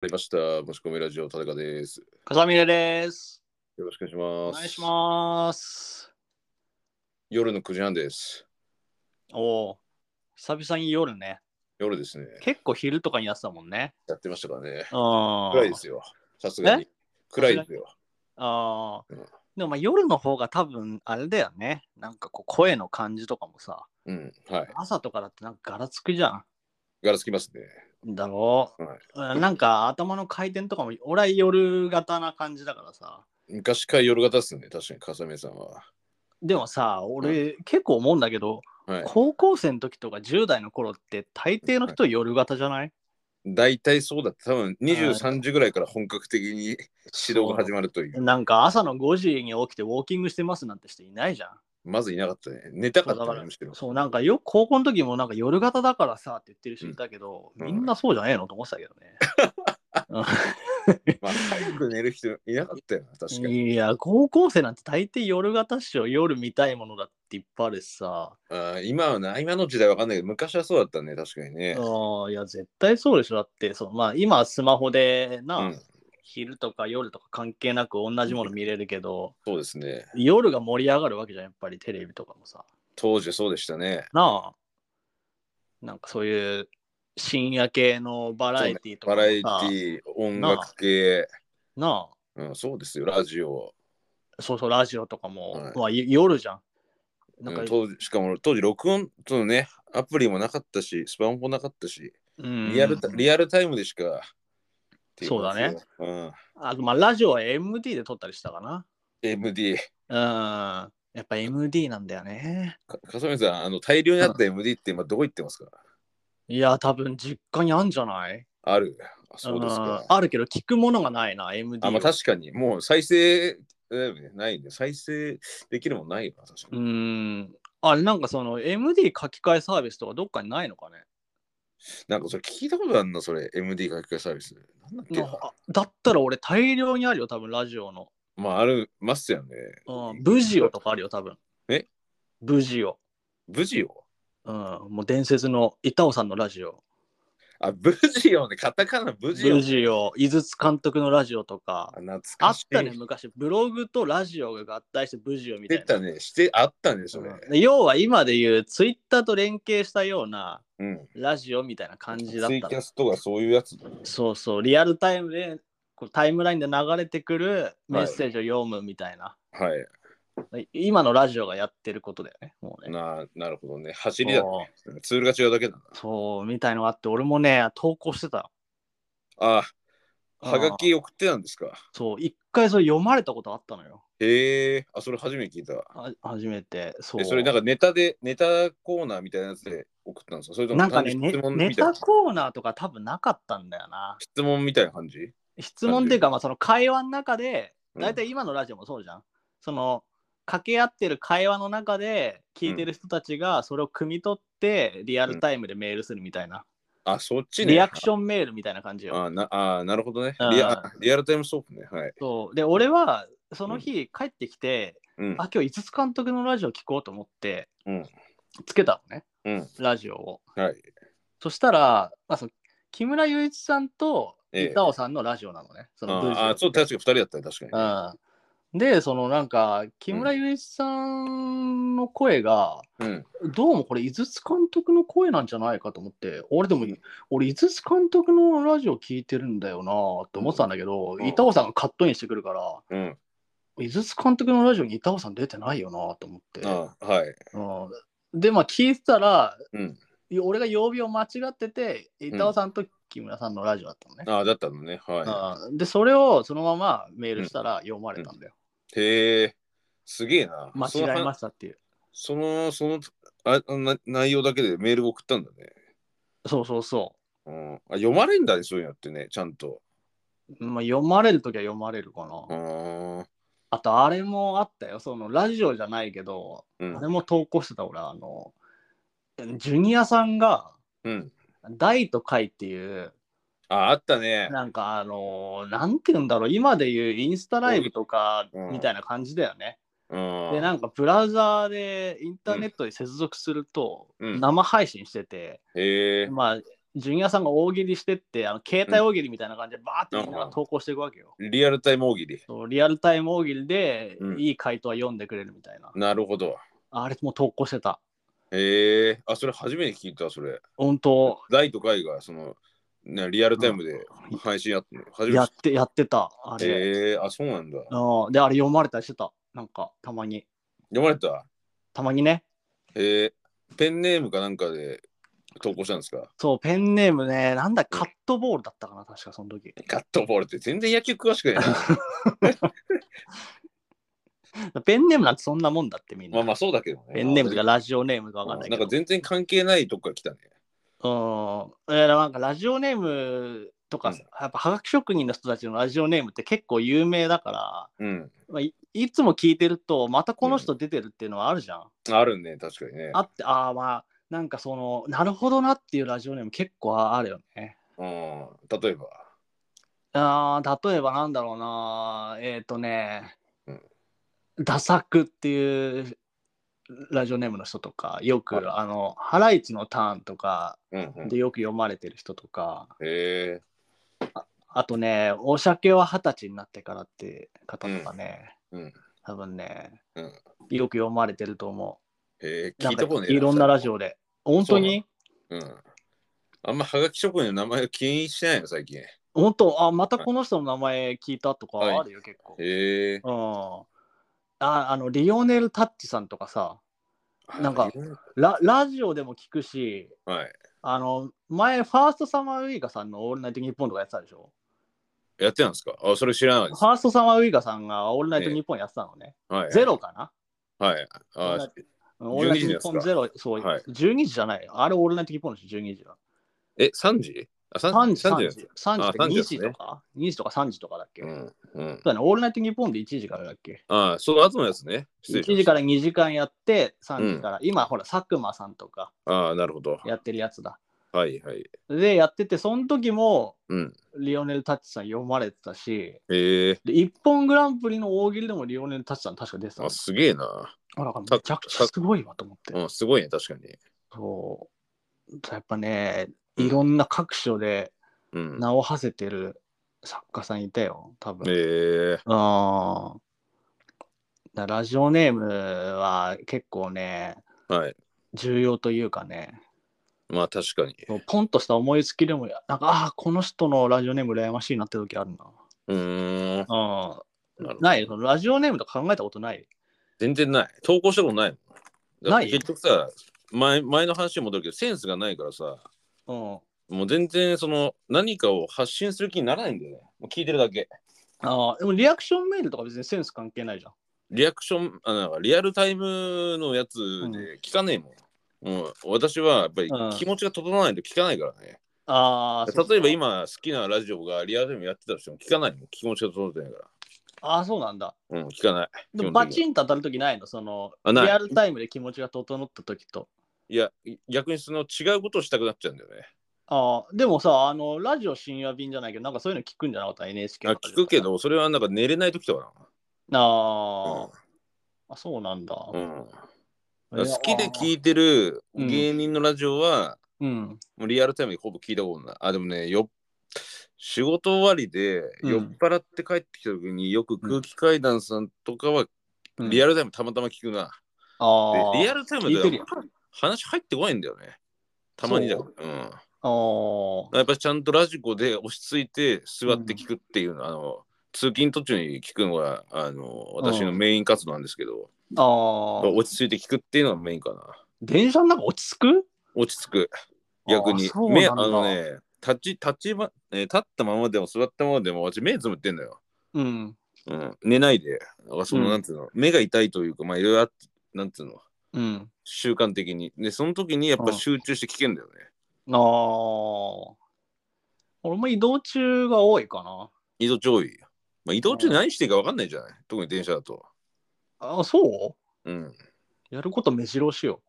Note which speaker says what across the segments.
Speaker 1: わかりました。もし込みラジオ、田中です。
Speaker 2: 風見です。
Speaker 1: よろしくお願
Speaker 2: お
Speaker 1: いします。
Speaker 2: 願いします。
Speaker 1: 夜の9時半です。
Speaker 2: おお、久々に夜ね。
Speaker 1: 夜ですね。
Speaker 2: 結構昼とかにやってたもんね。
Speaker 1: やってましたからね。
Speaker 2: あ
Speaker 1: 暗いですよ。さすがに。暗いですよ。
Speaker 2: あー
Speaker 1: うん
Speaker 2: でもまあ夜の方が多分あれだよね。なんかこう声の感じとかもさ、
Speaker 1: うん。はい。
Speaker 2: 朝とかだってなんかガラつくじゃ
Speaker 1: ガラつきますね。
Speaker 2: ん。だろう、なんか頭の回転とかも、俺は夜型な感じだからさ。
Speaker 1: 昔から夜型ですね。確かに、笠目さんは。
Speaker 2: でもさ、俺結構思うんだけど、
Speaker 1: はい。
Speaker 2: 高校生の時とか10代の頃って大抵の人夜型じゃない、
Speaker 1: 大体そうだった。多分
Speaker 2: は
Speaker 1: 23時ぐらいから本格的に指導が始まるという。
Speaker 2: なんか朝の5時に起きてウォーキングしてますなんて人いないじゃん。
Speaker 1: まずいなかったね。寝たか
Speaker 2: そう
Speaker 1: った
Speaker 2: だから
Speaker 1: ね、むしろ。
Speaker 2: そうなんかよ高校の時もなんか夜型だからさって言ってる人いたけど、
Speaker 1: うん
Speaker 2: みんなそうじゃねえのと思ってたけど ね。
Speaker 1: まあ、早く寝る人いなかったよな、確かに。
Speaker 2: いや高校生なんて大抵夜型っしょ夜見たいものだっていっぱいあるしさ。
Speaker 1: あー今はな、今の時代わかんないけど、昔はそうだったね、確かにね。
Speaker 2: うんいや絶対そうでしょだってそう、まあ、今はスマホでな、
Speaker 1: うん
Speaker 2: 昼とか夜とか関係なく同じもの見れるけど、
Speaker 1: そうですね。
Speaker 2: 夜が盛り上がるわけじゃんやっぱりテレビとかもさ。
Speaker 1: 当時そうでしたね。
Speaker 2: なあなんかそういう深夜系のバラエティとか
Speaker 1: バ
Speaker 2: も
Speaker 1: ラ
Speaker 2: さ
Speaker 1: エティー、音楽系、
Speaker 2: なあ
Speaker 1: うん、そうですよ、ラジオ。
Speaker 2: そうそうラジオとかも、
Speaker 1: はい
Speaker 2: まあ、い夜じゃんなんか、
Speaker 1: う
Speaker 2: うんん
Speaker 1: 当時しかも当時、録音とのね、アプリもなかったし、スマホなかったし、リアルタ,、リアルタイムでしか。ってい感じで。うん。
Speaker 2: あとまあラジオは MD で撮ったりしたかな
Speaker 1: MD。
Speaker 2: うんやっぱ MD なんだよね
Speaker 1: か笠森さん、あの大量にあった MD って今どこ行ってますか、
Speaker 2: いや多分実家にあんじゃない
Speaker 1: ある。あそうですか。
Speaker 2: んあるけど聞くものがないな MD
Speaker 1: あ、まあ確かに、もう再生だよねないんで、再生できるもんないよな、確か
Speaker 2: う
Speaker 1: に。
Speaker 2: んあれなんかその MD 書き換えサービスとかどっかにないのかね
Speaker 1: なんかそれ聞いたことあるな、それ、MD 書き換えサービス。なんだっけな
Speaker 2: あだったら俺大量にあるよ多分ラジオの
Speaker 1: まあ、ありますよね。
Speaker 2: うん、ブジオとかあるよ、多分。
Speaker 1: え
Speaker 2: ブジオ。
Speaker 1: 無事よ。
Speaker 2: うん、もう伝説の板尾さんのラジオ。
Speaker 1: あ、無事よね。カタカナ無
Speaker 2: ブ
Speaker 1: 事よ。
Speaker 2: ジオ、井筒監督のラジオとか
Speaker 1: あ。懐
Speaker 2: あ
Speaker 1: か
Speaker 2: っ
Speaker 1: しい。
Speaker 2: たね、昔。ブログとラジオが合体してブジオみた
Speaker 1: 出
Speaker 2: いな。
Speaker 1: たね。して、あったね、それ。
Speaker 2: うんで要は今で言うツイッターと連携したような
Speaker 1: うん。
Speaker 2: ラジオみたいな感じだっ
Speaker 1: ツイ
Speaker 2: た
Speaker 1: キ
Speaker 2: の
Speaker 1: ャスとかそういうやつ。
Speaker 2: そうそう、リアルタイムでこうタイムラインで流れてくるメッセージを読むみたいな。
Speaker 1: はい。
Speaker 2: 今のラジオがやってることだよね、もうね。
Speaker 1: な、なるほどね。走りだね。
Speaker 2: そう
Speaker 1: ツールが違うだけだな。
Speaker 2: そう、みたいのがあって、俺もね、投稿してた。
Speaker 1: あ、
Speaker 2: あー
Speaker 1: はがき送ってたんですか。
Speaker 2: そう、一回それ読まれたことあったのよ。
Speaker 1: へえ。あ、それ初めて聞いた。
Speaker 2: あ初めて。そう。
Speaker 1: え、それなん
Speaker 2: か
Speaker 1: かネタで、ネタコーナーみたいなやつで送ったんですかそれとも
Speaker 2: なんかね
Speaker 1: 単に
Speaker 2: ね
Speaker 1: 質問
Speaker 2: ネ
Speaker 1: みたい
Speaker 2: タ
Speaker 1: な。
Speaker 2: コーナーとか多分なかったんだよな。
Speaker 1: 質問みたいな感じ
Speaker 2: 質問っていうか、まあ、その会話の中で、大体今のラジオもそうじゃん。その、掛け合ってる会話の中で、聞いてる人たちがそれを汲み取って、リアルタイムでメールするみたいな。
Speaker 1: あ、そっちね。
Speaker 2: リアクションメールみたいな感じよ。
Speaker 1: あなあー、なるほどね
Speaker 2: うん。
Speaker 1: リアリアルタイムストップね。はい。
Speaker 2: そうで、俺は、その日帰ってきて、
Speaker 1: うん。
Speaker 2: あ、今日、五つ監督のラジオ聞こうと思って、
Speaker 1: うん
Speaker 2: つけたのね、
Speaker 1: うん
Speaker 2: ラジオを。
Speaker 1: はい。
Speaker 2: そしたら、まあ、その木村祐一さんと
Speaker 1: ええ
Speaker 2: 板尾さんのラジオなのね。その文章
Speaker 1: ああ、そう、確か二人だったね、確か
Speaker 2: うんで、そのなんか、木村祐一さんの声が、
Speaker 1: に。うん。
Speaker 2: どうもこれ、井筒監督の声なんじゃないかと思って、俺でも、
Speaker 1: うん
Speaker 2: 俺、井筒監督のラジオ聞いてるんだよなと思ってたんだけど、
Speaker 1: うん
Speaker 2: 板尾さんがカットインしてくるか
Speaker 1: う
Speaker 2: ら、
Speaker 1: ん。
Speaker 2: 井筒監督のラジオに板尾さん出てないよなと思って。
Speaker 1: ああはい。
Speaker 2: うんでまあ聞いてたら、
Speaker 1: うん
Speaker 2: 俺が曜日を間違ってて板尾さんと木村さんのラジオだったのね、
Speaker 1: ああ、だったのね。は
Speaker 2: うんでそれをそのままメールしたら読まれたんだよ、
Speaker 1: い。へえ、すげえな。
Speaker 2: 間違えま
Speaker 1: し
Speaker 2: したっていう
Speaker 1: その、その、あな内容だけでメール送ったんだね。
Speaker 2: そうそうそ
Speaker 1: うん、あ読まれんだね、そういうのってね、ちゃんと。
Speaker 2: う、まあ、読まれる時は読まれるかな、
Speaker 1: うん。
Speaker 2: あとあれもあったよそのラジオじゃないけど、
Speaker 1: うん
Speaker 2: あれも投稿してた俺あのジュニアさんが
Speaker 1: うん、
Speaker 2: 「大と会」っていう
Speaker 1: あ、あったね。
Speaker 2: なんかあのなんて言うんだろう今で言うインスタライブとか
Speaker 1: うん
Speaker 2: みたいな感じだよね、
Speaker 1: うん。
Speaker 2: でなんかブラウザーでインターネットに接続すると
Speaker 1: うん
Speaker 2: 生配信してて、
Speaker 1: へえ、
Speaker 2: まあジュニアさんが大喜利してって、あの携帯大喜利みたいな感じでバーってみんなが投稿していくわけよ。
Speaker 1: リアルタイム大喜利。
Speaker 2: そうリアルタイム大喜利で
Speaker 1: うん
Speaker 2: いい回答は読んでくれるみたいな。
Speaker 1: なるほど。
Speaker 2: あれもう投稿してた。
Speaker 1: ええあ、それ初めて聞いた、それ。
Speaker 2: 本当
Speaker 1: 大と海が、その、ね、リアルタイムで配信やってるの。初め
Speaker 2: や
Speaker 1: て
Speaker 2: っ
Speaker 1: 知って
Speaker 2: やってた。あ
Speaker 1: た。え
Speaker 2: れ、
Speaker 1: えあ、そうなんだ。
Speaker 2: うんで、あれ読まれたりしてた。なんかたまに。
Speaker 1: 読まれた
Speaker 2: たまにね。
Speaker 1: ええペンネームかなんかで投稿したんですか
Speaker 2: そう、ペンネームね、なんだ、カットボールだったかな、確かその時。
Speaker 1: カットボールって全然野球詳しくないな。
Speaker 2: ペンネームなんてそんなもんだってみんな。
Speaker 1: まあまあそうだけどね。
Speaker 2: ペンネームとか
Speaker 1: が
Speaker 2: ラジオネームかわかんない
Speaker 1: な
Speaker 2: け
Speaker 1: んか
Speaker 2: ど。
Speaker 1: 全然関係ないとこから来たね。
Speaker 2: うん。えーなんかラジオネームとかさ、やっぱはがき職人の人たちのラジオネームって結構有名だから、
Speaker 1: うん。
Speaker 2: まあ、いいつも聞いてると、またこの人出てるっていうのはあるじゃん。
Speaker 1: あるね、確かにね。
Speaker 2: あって、ああまあ、なんかその、なるほどなっていうラジオネーム結構あるよね。
Speaker 1: うん。例えば。
Speaker 2: あー例えばなんだろうな、えっ、とね
Speaker 1: うん、
Speaker 2: ダサくっていうラジオネームの人とか、よ
Speaker 1: はい
Speaker 2: く、あの、ハライチのターンとか
Speaker 1: うん、うん。
Speaker 2: でよく読まれてる人とか、
Speaker 1: え
Speaker 2: あとね、お酒は二十歳になってからって方とかね、
Speaker 1: うんうん
Speaker 2: 多分ね、
Speaker 1: うん
Speaker 2: よく読まれてると思
Speaker 1: ー、え
Speaker 2: う。
Speaker 1: ー、聞いたこと
Speaker 2: な
Speaker 1: ね
Speaker 2: ん
Speaker 1: え
Speaker 2: かいろんなラジオで。本当に
Speaker 1: うん。あんまはがき職人の名前を気にしてないの、最近。
Speaker 2: 本当あ、またこの人の名前聞いたとかあるよ、結構。
Speaker 1: へえ。
Speaker 2: うん。あ、あの、リオネル・タッチさんとかさ、
Speaker 1: あ
Speaker 2: なんか。ララジオでも聞くし、
Speaker 1: はい。
Speaker 2: あの、前、ファーストサマーウイカさんのオールナイトニッポンとかやってたでしょ。
Speaker 1: やってたんですかあ、それ知らない
Speaker 2: フ
Speaker 1: です。
Speaker 2: ァーストサマーウイカさんがオールナイトニッポンやってたのね。
Speaker 1: はい。
Speaker 2: ゼロかな
Speaker 1: はい。
Speaker 2: オール
Speaker 1: あ
Speaker 2: ナイトうんオールナイトニッポンゼロ、そう、
Speaker 1: はい
Speaker 2: 12時じゃない。あれ、オールナイトニッポンでしょ、12時は。
Speaker 1: え、3時あ、
Speaker 2: 3
Speaker 1: 3
Speaker 2: 時、
Speaker 1: 時 ?3
Speaker 2: 3
Speaker 1: 時
Speaker 2: 時。3時
Speaker 1: あ
Speaker 2: とか
Speaker 1: 3
Speaker 2: 2
Speaker 1: 時
Speaker 2: 時
Speaker 1: です
Speaker 2: と
Speaker 1: ね
Speaker 2: か、2時とか3時とかだっけ、
Speaker 1: う。
Speaker 2: そうん
Speaker 1: うん。
Speaker 2: だね、オールナイトニッポンで1時からだっけ
Speaker 1: あ、その後のやつね。失礼
Speaker 2: ?1
Speaker 1: しま
Speaker 2: 時
Speaker 1: し
Speaker 2: か
Speaker 1: た。
Speaker 2: ら2時間やって、3
Speaker 1: うん
Speaker 2: 時から、今ほら、佐久間さんとか
Speaker 1: ああ、なるほど。
Speaker 2: やってるやつだ。
Speaker 1: はいはい。
Speaker 2: で、やってて、その時も、
Speaker 1: うん。
Speaker 2: リオネル・タッチさん読まれてたし、
Speaker 1: ええ
Speaker 2: で、一本グランプリの大喜利でもリオネル・タッチさん確か出てたの
Speaker 1: あ、すげえな。
Speaker 2: あら、めちゃくちゃすごいわと思って。
Speaker 1: うん、すごいね、確かに。
Speaker 2: そう。やっぱね、いろんな各所で
Speaker 1: うん。
Speaker 2: 名を馳せてる作家さんいたよ、多分。
Speaker 1: ええ
Speaker 2: ああ。だラジオネームは結構ね、
Speaker 1: はい。
Speaker 2: 重要というかね、
Speaker 1: まあ確かに。
Speaker 2: ポンとした思いつきでも、なんか、ああ、この人のラジオネーム羨ましいなって時あるな。
Speaker 1: うーん。
Speaker 2: あ
Speaker 1: なるほど
Speaker 2: ないそのラジオネームとか考えたことない。
Speaker 1: 全然ない。投稿したことないもん。だって
Speaker 2: ない
Speaker 1: 結局さ、前前の話に戻るけど、センスがないからさ、
Speaker 2: うん。
Speaker 1: もう全然その何かを発信する気にならないんだよね。もう聞いてるだけ。
Speaker 2: ああ、でもリアクションメールとか別にセンス関係ないじゃん。
Speaker 1: リアクション、あなんかリアルタイムのやつで聞かねえもん。もう私はやっぱり
Speaker 2: うん
Speaker 1: 気持ちが整わないと聞かないからね。
Speaker 2: ああ、
Speaker 1: 例えば。今好きなラジオがリアルタイムやってたとしても聞かないもん。気持ちが整ってないから。
Speaker 2: ああ、そうなんだ。
Speaker 1: うん、聞かない。基本的
Speaker 2: でも
Speaker 1: には
Speaker 2: バチンと当たる時ないの、その、
Speaker 1: あ
Speaker 2: リ
Speaker 1: ない
Speaker 2: アルタイムで気持ちが整った時と。
Speaker 1: いや、逆にその違うことをしたくなっちゃうんだよね。
Speaker 2: ああ、でもさ、あの、ラジオ深夜便じゃないけど、なんかそういうの聞くんじゃなかった ?NHK
Speaker 1: あ聞くけ。ど、それはなんか寝れない時とか
Speaker 2: あ
Speaker 1: な
Speaker 2: ー、あ、そうなんだ。
Speaker 1: うん。うん
Speaker 2: いや
Speaker 1: 好きで聞いてる
Speaker 2: うん
Speaker 1: 芸人のラジオは、
Speaker 2: うん。
Speaker 1: もうリアルタイムでほぼ聞いたことない。あ、でもね、よ仕事終わりで
Speaker 2: うん
Speaker 1: 酔っ払って帰ってきた時によく空気階段さんとかは
Speaker 2: うん
Speaker 1: リアルタイムたまたま聞くな。
Speaker 2: あ
Speaker 1: でリア
Speaker 2: ル
Speaker 1: ルタイム
Speaker 2: 聞いてる
Speaker 1: で
Speaker 2: よ。
Speaker 1: 話入ってこないんだよね。たまにだから。うん。
Speaker 2: あー
Speaker 1: やっぱりちゃんとラジコで落ち着いて座って聞くっていうの、あの通勤途中に聞くのがあの私のメイン活動なんですけど、
Speaker 2: あー。
Speaker 1: 落ち着いて聞くっていうのがメインかな
Speaker 2: 電車の中落ち着く
Speaker 1: 落ち着く逆に
Speaker 2: あそうなん
Speaker 1: 目
Speaker 2: だ
Speaker 1: あのね立ち立ちば、えー立ったままでも座ったままでも私目つむってんのよ、
Speaker 2: うん。
Speaker 1: うん、寝ないでなんかその、
Speaker 2: うん
Speaker 1: なんていうの目が痛いというかまあいろいろあっなんていうの
Speaker 2: うん。
Speaker 1: 習慣的にでその時にやっぱ集中して聞けんだよね、
Speaker 2: ああ。俺も移動中が多いかな。
Speaker 1: 移動中多い、まあ、移動中何していいか分かんないじゃない特に電車だと
Speaker 2: あそ
Speaker 1: うん
Speaker 2: うやること目白押しよ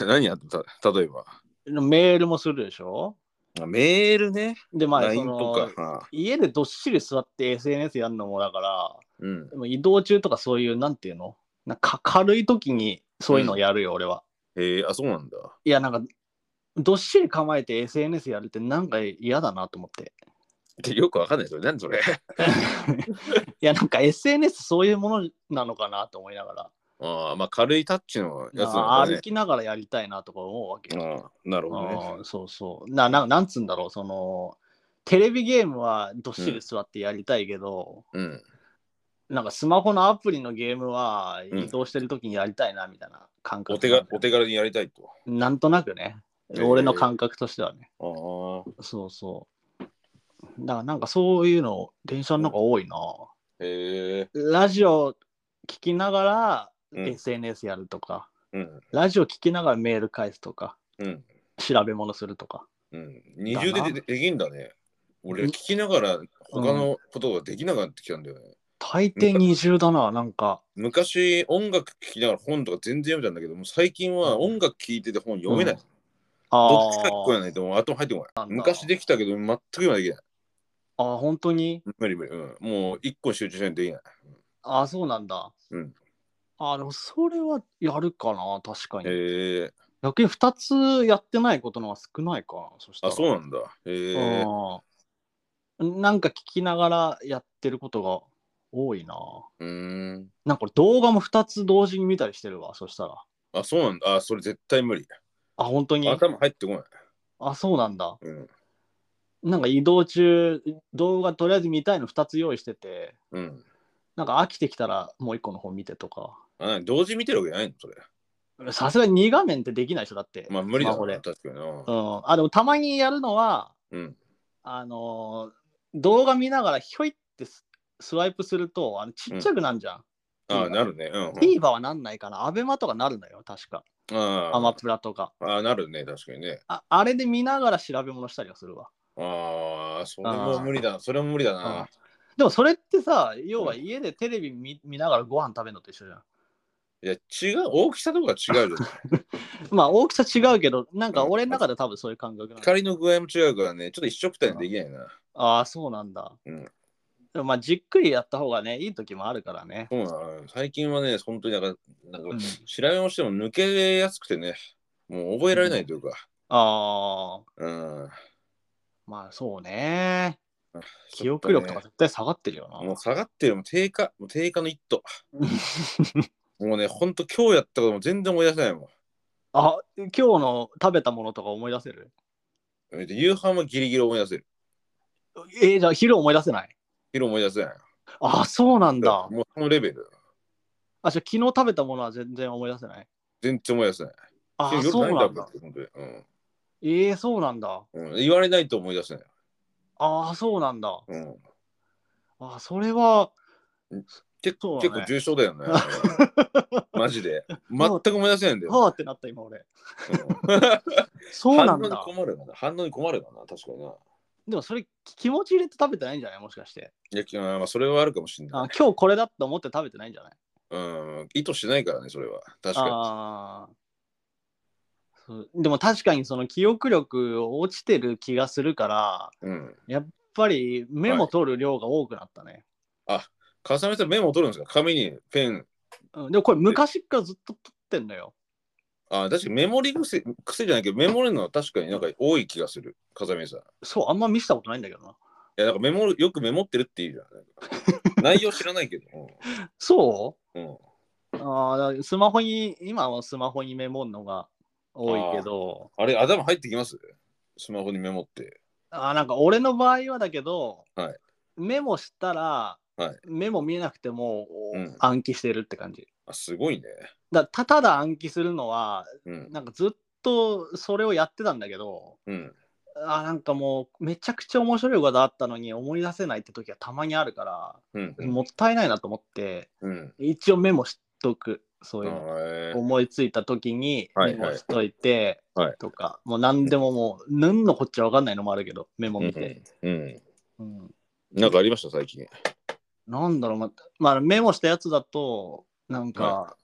Speaker 1: 何やった例えば
Speaker 2: う。メールもするでしょ
Speaker 1: あメールね。
Speaker 2: で、まあ、そ
Speaker 1: LINE
Speaker 2: の
Speaker 1: とか。
Speaker 2: 家でどっしり座って SNS やるのもだから、
Speaker 1: うん
Speaker 2: で。も移動中とかそういう、なんていうのなんか軽い時にそういうのやるよ、俺は。
Speaker 1: えー、あ、そうなんだ。
Speaker 2: いや、なんか、どっしり構えて SNS やるってなんか嫌だなと 思って。
Speaker 1: でよくわかんないです よ。何それ。
Speaker 2: いや、なんか SNS そういうものなのかなと思いながら、
Speaker 1: ああ、まあ軽いタッチのやつ
Speaker 2: あ
Speaker 1: な
Speaker 2: あ
Speaker 1: んだ
Speaker 2: 歩
Speaker 1: ね。
Speaker 2: きながらやりたいなとか思うわけよ。
Speaker 1: ああ、なるほどね。
Speaker 2: あーそうそうなな。なんつうんだろう、その、テレビゲームはどっしり座ってやりたいけど、
Speaker 1: うん。
Speaker 2: なんかスマホのアプリのゲームは
Speaker 1: うん
Speaker 2: 移動してる時にやりたいなみたいな感覚、
Speaker 1: お手がお手軽にやりたいと。
Speaker 2: なんとなくね、
Speaker 1: えー
Speaker 2: 俺の感覚としてはね。
Speaker 1: ああ、
Speaker 2: そうそう。だからなんかそういうの、電車の中多いな。
Speaker 1: へえ。
Speaker 2: ラジオ聞きながら
Speaker 1: うん
Speaker 2: SNS やるとか、
Speaker 1: うん。
Speaker 2: ラジオ聞きながらメール返すとか、
Speaker 1: うん。
Speaker 2: 調べ物するとか。
Speaker 1: うん。二重で
Speaker 2: だな
Speaker 1: でできんだね。俺、
Speaker 2: うん
Speaker 1: 聞きながら他のことができなくなってきたんだよね。
Speaker 2: 大抵二重だな、なんか。
Speaker 1: 昔、音楽聴きながら本とか全然読めたんだけど、もう最近は音楽聴いてて本読めない。
Speaker 2: うんあ
Speaker 1: どっちか聞こえ
Speaker 2: ー
Speaker 1: ないともう頭入ってこな。
Speaker 2: ないんだ
Speaker 1: 昔できたけど、全く今できない。
Speaker 2: あー、本当に
Speaker 1: 無理無理。うん、もう一個に集中しないとできない。
Speaker 2: あー、そうなんだ。
Speaker 1: うん
Speaker 2: あー、でもそれはやるかな、確かに。
Speaker 1: へえ。
Speaker 2: 逆に2つやってないことの方が少ないかな、そした
Speaker 1: あ、
Speaker 2: ら。
Speaker 1: そうなんだ。へえ。
Speaker 2: うんなんか聞きながらやってることが多いな。
Speaker 1: うーん。
Speaker 2: なんか動画も2つ同時に見たりしてるわ、そしたら。
Speaker 1: あ、そうなんだ。あ、それ絶対無理。
Speaker 2: あ、本当に
Speaker 1: 頭入ってこない。
Speaker 2: あ、そうなんだ。
Speaker 1: うん。
Speaker 2: なんか移動中、動画とりあえず見たいの2つ用意してて、
Speaker 1: うん。
Speaker 2: なんか飽きてきたらもう1個の方見てとか。
Speaker 1: あ、なに同時見てるわけじゃないのそれ。
Speaker 2: さすがに2画面ってできないでしょ、だって。
Speaker 1: まあ無理だ
Speaker 2: スマホ
Speaker 1: な。
Speaker 2: で
Speaker 1: 確かにな。
Speaker 2: うん。あ、でもたまにやるのは、
Speaker 1: うん。
Speaker 2: あのー動画見ながらひょいってススワイプすると、あのちっちゃくなんじゃん。
Speaker 1: あ、なるね。うん。
Speaker 2: TVer はなんないかな。アベマとかなるのよ、確か。アマ
Speaker 1: あ
Speaker 2: プラとか。
Speaker 1: ーあ、なるね。確かにね。
Speaker 2: ああれで見ながら調べ物したりはするわ。
Speaker 1: ああ、それも無理だな。それも無理だ
Speaker 2: うん
Speaker 1: な。
Speaker 2: でもそれってさ、要は家でテレビ見見ながらご飯食べるのと一緒じゃん。
Speaker 1: いや、違う。大きさとか違う よ。
Speaker 2: まあ大きさ違うけど、なんか俺の中で多分そういう感覚なんだ。
Speaker 1: 光の具合も違うからね。ちょっと一緒くたにできないな。
Speaker 2: ああ、そうなんだ。
Speaker 1: うん
Speaker 2: でもまあじっくりやった方がね、いい時もあるからね。
Speaker 1: そうなの。最近はね、本当になんか、なん
Speaker 2: う
Speaker 1: か
Speaker 2: ん、
Speaker 1: 調べをしても抜けやすくてね、もう覚えられないというか、
Speaker 2: ああ、
Speaker 1: うん。
Speaker 2: まあそうね。記
Speaker 1: ちょっ
Speaker 2: 憶力とか
Speaker 1: ね
Speaker 2: 絶対下がってるよな。
Speaker 1: もう下がってる、もう低下、もう低下の一 途。もうね、ほんと今日やったことも全然思い出せないも
Speaker 2: あ今日の食べたものとか思い出せる
Speaker 1: ん。夕飯はギリギリ思い出せる。
Speaker 2: えーじゃあ昼思い出せない
Speaker 1: 昼思い出せない。
Speaker 2: あそうなんだ。
Speaker 1: もうそのレベル。
Speaker 2: あじゃあ昨日食べたものは全然思い出せない
Speaker 1: 全然思い出せない。
Speaker 2: あ
Speaker 1: 夜
Speaker 2: そうなん
Speaker 1: 何食。
Speaker 2: だ
Speaker 1: べたって本当に
Speaker 2: ええそうなんだ。
Speaker 1: うんうん。言われないと思い出せない。
Speaker 2: ああ、そうなんだ。
Speaker 1: うん。
Speaker 2: あそれは、
Speaker 1: 結
Speaker 2: そ
Speaker 1: 構、
Speaker 2: うだね
Speaker 1: 結構重症だよ ね。マジで。全く思い出せないんだよ。
Speaker 2: はあってなった今俺。
Speaker 1: うん
Speaker 2: そうなんだ
Speaker 1: 反応。に困るよな。反応に困るよな、確かにな。
Speaker 2: でもそれ気持ち入れて食べてないんじゃないもしかして。
Speaker 1: いやき、あーまあ、それはあるかもしれな
Speaker 2: あ
Speaker 1: い。
Speaker 2: 今日これだと思って食べてないんじゃない
Speaker 1: うん、意図してないからね、それは。確か
Speaker 2: ああ。そうでも確かにその記憶力落ちてる気がするから、
Speaker 1: に。うん。
Speaker 2: やっぱりメモ取る量が多くなったね。
Speaker 1: 笠目さん、メモを取るんですか紙にペン。
Speaker 2: うん、でもこれ昔からずっと取ってんのよ。
Speaker 1: あー確かにメモリ癖、癖じゃないけど、メモるのは確かになんか多い気がする、笠目さん。い
Speaker 2: そう、あんま見せたことないんだけどな。
Speaker 1: や、なんかメモる、よくメモってるっていうじゃんなん か。内容知らないけど。
Speaker 2: そう
Speaker 1: うん。うん
Speaker 2: ああ、だからスマホに、今はスマホにメモんのが多いけど、
Speaker 1: あれ、頭入ってきますスマホにメモって。
Speaker 2: ああーなんか俺の場合はだけど、
Speaker 1: はい
Speaker 2: メモしたら、
Speaker 1: はい
Speaker 2: メモ見えなくても、お
Speaker 1: うん
Speaker 2: 暗記してるって感じ。
Speaker 1: あ、すごいね。
Speaker 2: だたただ暗記するのは、
Speaker 1: うん。
Speaker 2: なんかずっとそれをやってたんだけど、
Speaker 1: うん。
Speaker 2: あーなんかもうめちゃくちゃ面白いことあったのに思い出せないって時はたまにあるから、
Speaker 1: うん。
Speaker 2: もったいないなと思って、
Speaker 1: うん。
Speaker 2: 一応メモしとく、そういうの。
Speaker 1: へー
Speaker 2: 思いついた時に
Speaker 1: はい
Speaker 2: メモしといて
Speaker 1: はい
Speaker 2: とか、もう何でももう何のこっちゃ分かんないのもあるけどメモ見て、
Speaker 1: うん。
Speaker 2: うん
Speaker 1: なんかありました、最近。
Speaker 2: なんだろうままあメモしたやつだとなんか、
Speaker 1: は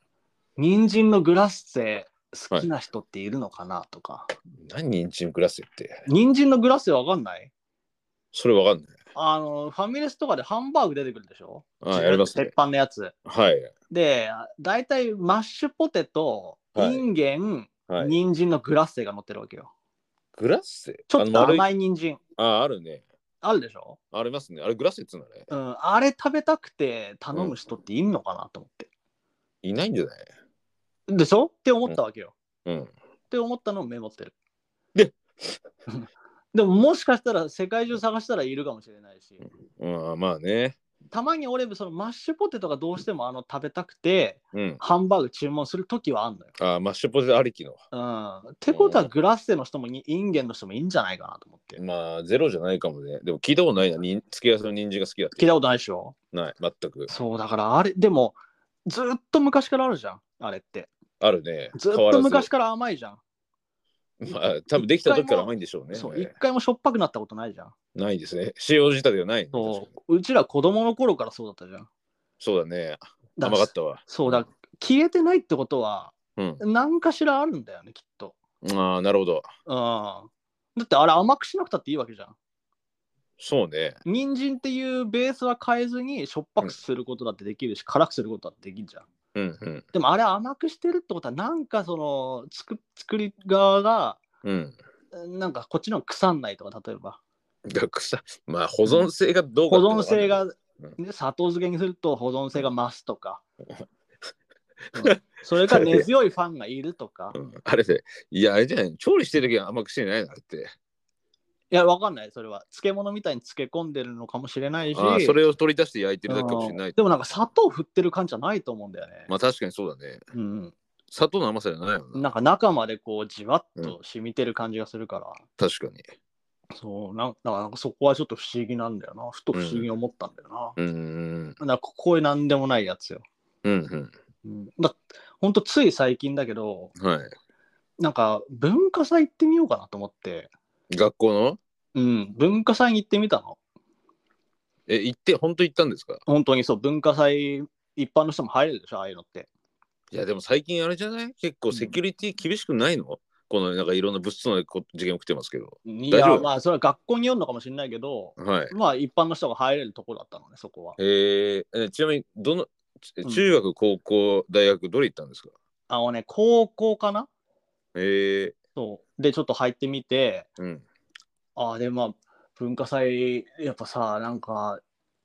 Speaker 2: 人参のグラッセ好きな人っているのかなとか、
Speaker 1: 何人参グラスって。
Speaker 2: 人参のグラッセ分かんない
Speaker 1: それわかんない。
Speaker 2: あのファミレスとかでハンバーグ出てくるでしょ
Speaker 1: あやります
Speaker 2: 鉄
Speaker 1: ね。
Speaker 2: 板のやつ
Speaker 1: はい。
Speaker 2: で大体マッシュポテト、
Speaker 1: はい
Speaker 2: インゲン
Speaker 1: はい。
Speaker 2: 人参のグラッセが乗ってるわけよ
Speaker 1: グラッセ
Speaker 2: ちょっと
Speaker 1: あの丸
Speaker 2: 甘
Speaker 1: い
Speaker 2: い人参
Speaker 1: あ、あるね。
Speaker 2: あるでしょ
Speaker 1: ありますね。あれグラッセっつうのね。
Speaker 2: うん、あれ食べたくて頼む人っていんのかなと思って。
Speaker 1: いないんじゃない
Speaker 2: でしょって思ったわけよ。
Speaker 1: うん。
Speaker 2: って思ったのをメモってる。
Speaker 1: で
Speaker 2: でももしかしたら世界中探したらいるかもしれないし、
Speaker 1: うん、まあね。
Speaker 2: たまに俺、そのマッシュポテトがどうしてもあの食べたくて、
Speaker 1: うん。
Speaker 2: ハンバーグ注文するときはあんのよ。
Speaker 1: あマッシュポテトありきの。
Speaker 2: うん。ってことはグラッセの人もにインゲンの人もいいんじゃないかなと思って。
Speaker 1: まあ、ゼロじゃないかもね。でも聞いたことないな。に付け合わせの人参が好きだって。
Speaker 2: 聞いたことないでしょ
Speaker 1: ない、全く。
Speaker 2: そうだからあれでもずっと昔からあるじゃんあれって
Speaker 1: あるね。
Speaker 2: ずっ
Speaker 1: 変わら
Speaker 2: と
Speaker 1: ず
Speaker 2: 昔から甘いじゃん、
Speaker 1: まあ、多分できた時から甘いんでしょうね。
Speaker 2: そう
Speaker 1: ええ
Speaker 2: 一回もしょっぱくなったことないじゃん
Speaker 1: ないですね。使用自体ではないね、
Speaker 2: そ
Speaker 1: 確かに
Speaker 2: ううちら子供の頃からそうだったじゃん
Speaker 1: そうだね。
Speaker 2: だ
Speaker 1: 甘かったわ。
Speaker 2: そうだ消えてないってことは
Speaker 1: うん。
Speaker 2: 何かしらあるんだよねきっと
Speaker 1: ああ、なるほど。
Speaker 2: うんだってあれ甘くしなくたっていいわけじゃん
Speaker 1: そうね。
Speaker 2: 人参っていうベースは変えずにしょっぱくすることだってできるし、辛くすることだってできるじゃん
Speaker 1: うんうん。
Speaker 2: でもあれ甘くしてるってことはなんかその作作り側が
Speaker 1: うん。
Speaker 2: なんかこっちの腐んないとか例えば
Speaker 1: だから草まあ、保存性がどうか
Speaker 2: 保
Speaker 1: っていうの
Speaker 2: 存
Speaker 1: はある
Speaker 2: 性
Speaker 1: ね
Speaker 2: が、
Speaker 1: うん
Speaker 2: ね、砂糖漬けにすると保存性が増すとか、うん それから根強いファンがいるとか
Speaker 1: うんあれで、いや、あれじゃない、調理してる時は甘くしてないなって。
Speaker 2: いやわかんないそれは漬物みたいに漬け込んでるのかもしれないし
Speaker 1: ああ、それを取り出して焼いてるだけかもしれな
Speaker 2: うん
Speaker 1: い。
Speaker 2: でもなんか砂糖振ってる感じじゃないと思うんだよね、
Speaker 1: まあ、確かにそうだね。
Speaker 2: うん、
Speaker 1: 砂糖の甘さじゃないもんな。
Speaker 2: なんか中までこうじわっと染みてる感じがするから、
Speaker 1: 確かに。
Speaker 2: そうなんだからなんかそこはちょっと不思議なんだよなふと不思議に思ったんだよな、
Speaker 1: うんうん
Speaker 2: なんかここへ何でもないやつよ、
Speaker 1: うん
Speaker 2: うん、だほんとつい最近だけど
Speaker 1: うん。はい。
Speaker 2: なんか文化祭行ってみようかなと思って、
Speaker 1: 学校の
Speaker 2: うん、文化祭に行ってみたの。
Speaker 1: え、行って、本当行ったんですか
Speaker 2: 本当にそう、文化祭、一般の人も入れるでしょ、ああいうのって。
Speaker 1: いや、でも最近あれじゃない結構セキュリティ厳しくないの、このなんかいろんな物質のこ事件起きてますけど。
Speaker 2: い
Speaker 1: 大丈
Speaker 2: や、
Speaker 1: 夫
Speaker 2: まあ、それは学校によるのかもしれないけど、
Speaker 1: はい。
Speaker 2: まあ、一般の人が入れるところだったのね、そこは。
Speaker 1: えーえ、ちなみに、どの、ち
Speaker 2: うん
Speaker 1: 中学、高校、大学、どれ行ったんですか
Speaker 2: あのね、高校かな
Speaker 1: え
Speaker 2: そう。で、ちょっと入ってみて、
Speaker 1: ー、うん。
Speaker 2: ああ、で、まあ、文化祭、やっぱさ、なんか、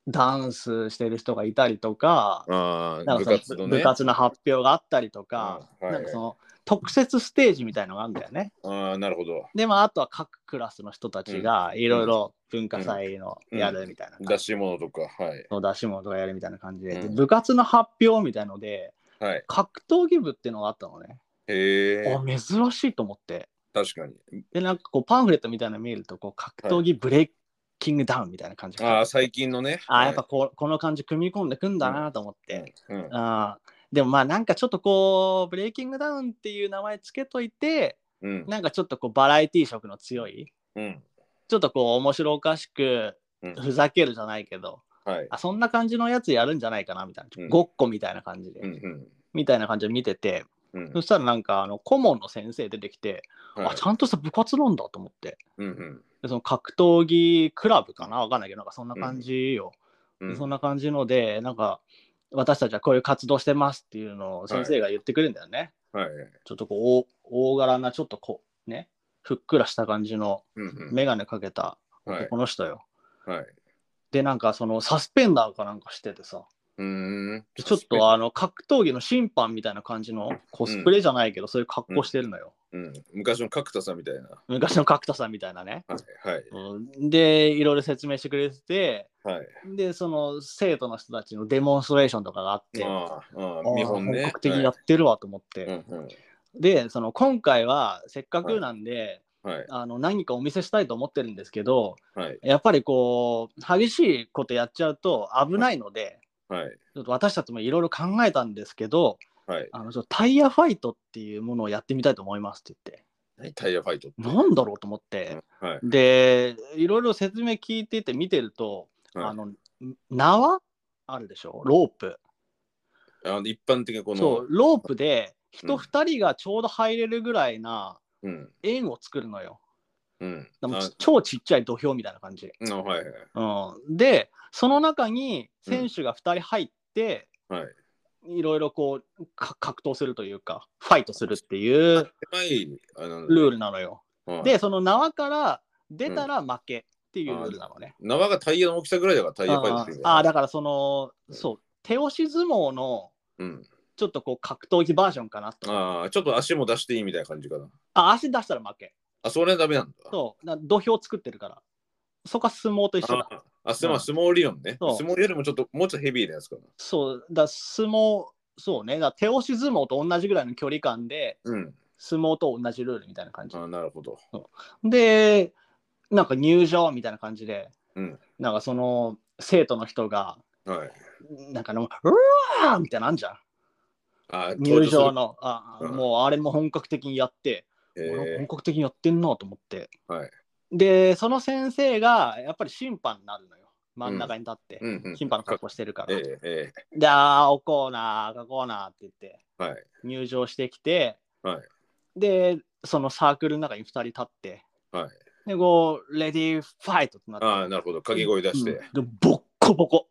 Speaker 2: ダンスしてる人がいたりとか、
Speaker 1: ああ、
Speaker 2: なん
Speaker 1: 部
Speaker 2: かそ
Speaker 1: 活
Speaker 2: の
Speaker 1: の
Speaker 2: 部
Speaker 1: ね。
Speaker 2: 活の発表があったりとか、
Speaker 1: うんはい
Speaker 2: なんかその特設ステージみたいのがあるんだよね。
Speaker 1: ああ、なるほど。
Speaker 2: で、まあ、あとは各クラスの人たちがいろいろ文化祭のやるみたいな
Speaker 1: 出
Speaker 2: 感じ、
Speaker 1: し物とか、はい。
Speaker 2: の出し物とかやるみたいな感じで、で
Speaker 1: うん
Speaker 2: 部活の発表みたいので、
Speaker 1: はい。
Speaker 2: 格闘技部っていうのがあったのね。
Speaker 1: えー、
Speaker 2: お珍しいと思って。
Speaker 1: 確かに。
Speaker 2: で、なんかこう、パンフレットみたいなの見ると、こう、格闘技ブレイキングダウンみたいな感じが、
Speaker 1: ああ、最近のね。
Speaker 2: あーやっぱこうこの感じ組み込んでくんだなと思って。
Speaker 1: はい、うん。
Speaker 2: あーでもまあなんかちょっとこうブレイキングダウンっていう名前つけといて
Speaker 1: うん。
Speaker 2: なんかちょっとこうバラエティー色の強い
Speaker 1: うん。
Speaker 2: ちょっとこう面白おかしく
Speaker 1: うん
Speaker 2: ふざけるじゃないけど、
Speaker 1: はい。
Speaker 2: あそんな感じのやつやるんじゃないかなみたいな、
Speaker 1: うん
Speaker 2: ごっこみたいな感じで、
Speaker 1: うん。うん
Speaker 2: みたいな感じで見てて、
Speaker 1: うん。
Speaker 2: そしたらなんかあの顧問の先生出てきて、
Speaker 1: は
Speaker 2: あ
Speaker 1: い
Speaker 2: ちゃんとした部活なんだと思って
Speaker 1: うん
Speaker 2: でその格闘技クラブかなわかんないけどなんかそんな感じよ、
Speaker 1: う
Speaker 2: で
Speaker 1: ん。
Speaker 2: そんな感じのでなんか私たちはこういう活動してますっていうのを先生が言ってくれるんだよね、
Speaker 1: はい。
Speaker 2: ちょっとこう大大柄なちょっとこうねふっくらした感じの
Speaker 1: うんうん。
Speaker 2: 眼鏡かけた
Speaker 1: はい。
Speaker 2: この人よ、
Speaker 1: はい。
Speaker 2: で、なんかそのサスペンダーかなんかしててさ、
Speaker 1: うーん。
Speaker 2: ちょっとあの格闘技の審判みたいな感じのコスプレじゃないけど、そういう格好してるのよ。
Speaker 1: うん、昔の角田さんみたいな。
Speaker 2: 昔の角田さんみたいなね。
Speaker 1: はいはい
Speaker 2: うんで、いろいろ説明してくれてて、
Speaker 1: はい。
Speaker 2: で、その生徒の人たちのデモンストレーションとかがあって、あ
Speaker 1: ああああ、
Speaker 2: ー
Speaker 1: 見本ね。
Speaker 2: 本格的にやってるわと思って、
Speaker 1: はいうんうん
Speaker 2: でその今回はせっかくなんで、
Speaker 1: はい
Speaker 2: あの何かお見せしたいと思ってるんですけど
Speaker 1: はい
Speaker 2: やっぱりこう激しいことやっちゃうと危ないので、
Speaker 1: はい
Speaker 2: ちょっと私たちもいろいろ考えたんですけど、
Speaker 1: はい
Speaker 2: あのちょっとタイヤファイトっていうものをやってみたいと思いますって
Speaker 1: はい。タイヤファイト。
Speaker 2: 言って、なんだろうと思って、
Speaker 1: はい
Speaker 2: で、いろいろ説明聞いてて見てると、
Speaker 1: はい
Speaker 2: あの縄あるでしょ、ロープ。
Speaker 1: あの一般的なこの。
Speaker 2: そう、ロープで
Speaker 1: う
Speaker 2: 人
Speaker 1: ん
Speaker 2: 2人がちょうど入れるぐらいな
Speaker 1: うん
Speaker 2: 円を作るのよ。
Speaker 1: うん。
Speaker 2: でも
Speaker 1: あ
Speaker 2: ち超ちっちゃい土俵みたいな感じ。
Speaker 1: あはいはい
Speaker 2: うん、で、その中に選手が2人入って、
Speaker 1: はい。
Speaker 2: いろいろこうか格闘するというかファイトするっていう
Speaker 1: 狭いあの
Speaker 2: ルールなのよ。
Speaker 1: はい
Speaker 2: で、その縄から出たら負けっていうルールなのね。
Speaker 1: 縄がタイヤの大きさぐらいだからタイヤファイトしてる
Speaker 2: ああ、だからその、そう、手押し相撲の
Speaker 1: うん。
Speaker 2: ちょっとこう格闘技バージョンかなと。
Speaker 1: ああ、ちょっと足も出していいみたいな感じかな。
Speaker 2: あ、足出したら負け。
Speaker 1: あ、それはダメなんだ。
Speaker 2: そう、な土俵作ってるから。そこは相撲と一緒だ。
Speaker 1: ああ、すまあ相撲理論ね。
Speaker 2: そ
Speaker 1: 相
Speaker 2: う
Speaker 1: 撲よりもちょっと、もうちょっとヘビーなやつかな。
Speaker 2: そう、だ相撲、そうね、だ手押し相撲と同じぐらいの距離感で、
Speaker 1: うん。
Speaker 2: 相撲と同じルールみたいな感じ
Speaker 1: あ。あなるほど。
Speaker 2: で、なんか入場みたいな感じで、
Speaker 1: うん
Speaker 2: なんかその生徒の人が、
Speaker 1: はい。
Speaker 2: なんかの、うわーみたいなのあんじゃん。
Speaker 1: ああ
Speaker 2: 入場。の、あ
Speaker 1: うん
Speaker 2: もうあれも本格的にやって、
Speaker 1: 登場す
Speaker 2: 俺
Speaker 1: る
Speaker 2: 本格的にやってんなと思って。
Speaker 1: えーはい。
Speaker 2: で、その先生がやっぱり審判になるのよ。真ん中に立って。
Speaker 1: うんうん。
Speaker 2: 審判の格好してるから。
Speaker 1: えええ
Speaker 2: で、あー、おこうなー、かこうなーって言って、
Speaker 1: えはい。
Speaker 2: 入場してきて、
Speaker 1: はい
Speaker 2: で、そのサークルの中に2人立って、
Speaker 1: はい
Speaker 2: で、こう、レディーファイトってなって、
Speaker 1: ああ、なるほど。掛け声出して。
Speaker 2: うんでボッコボコ。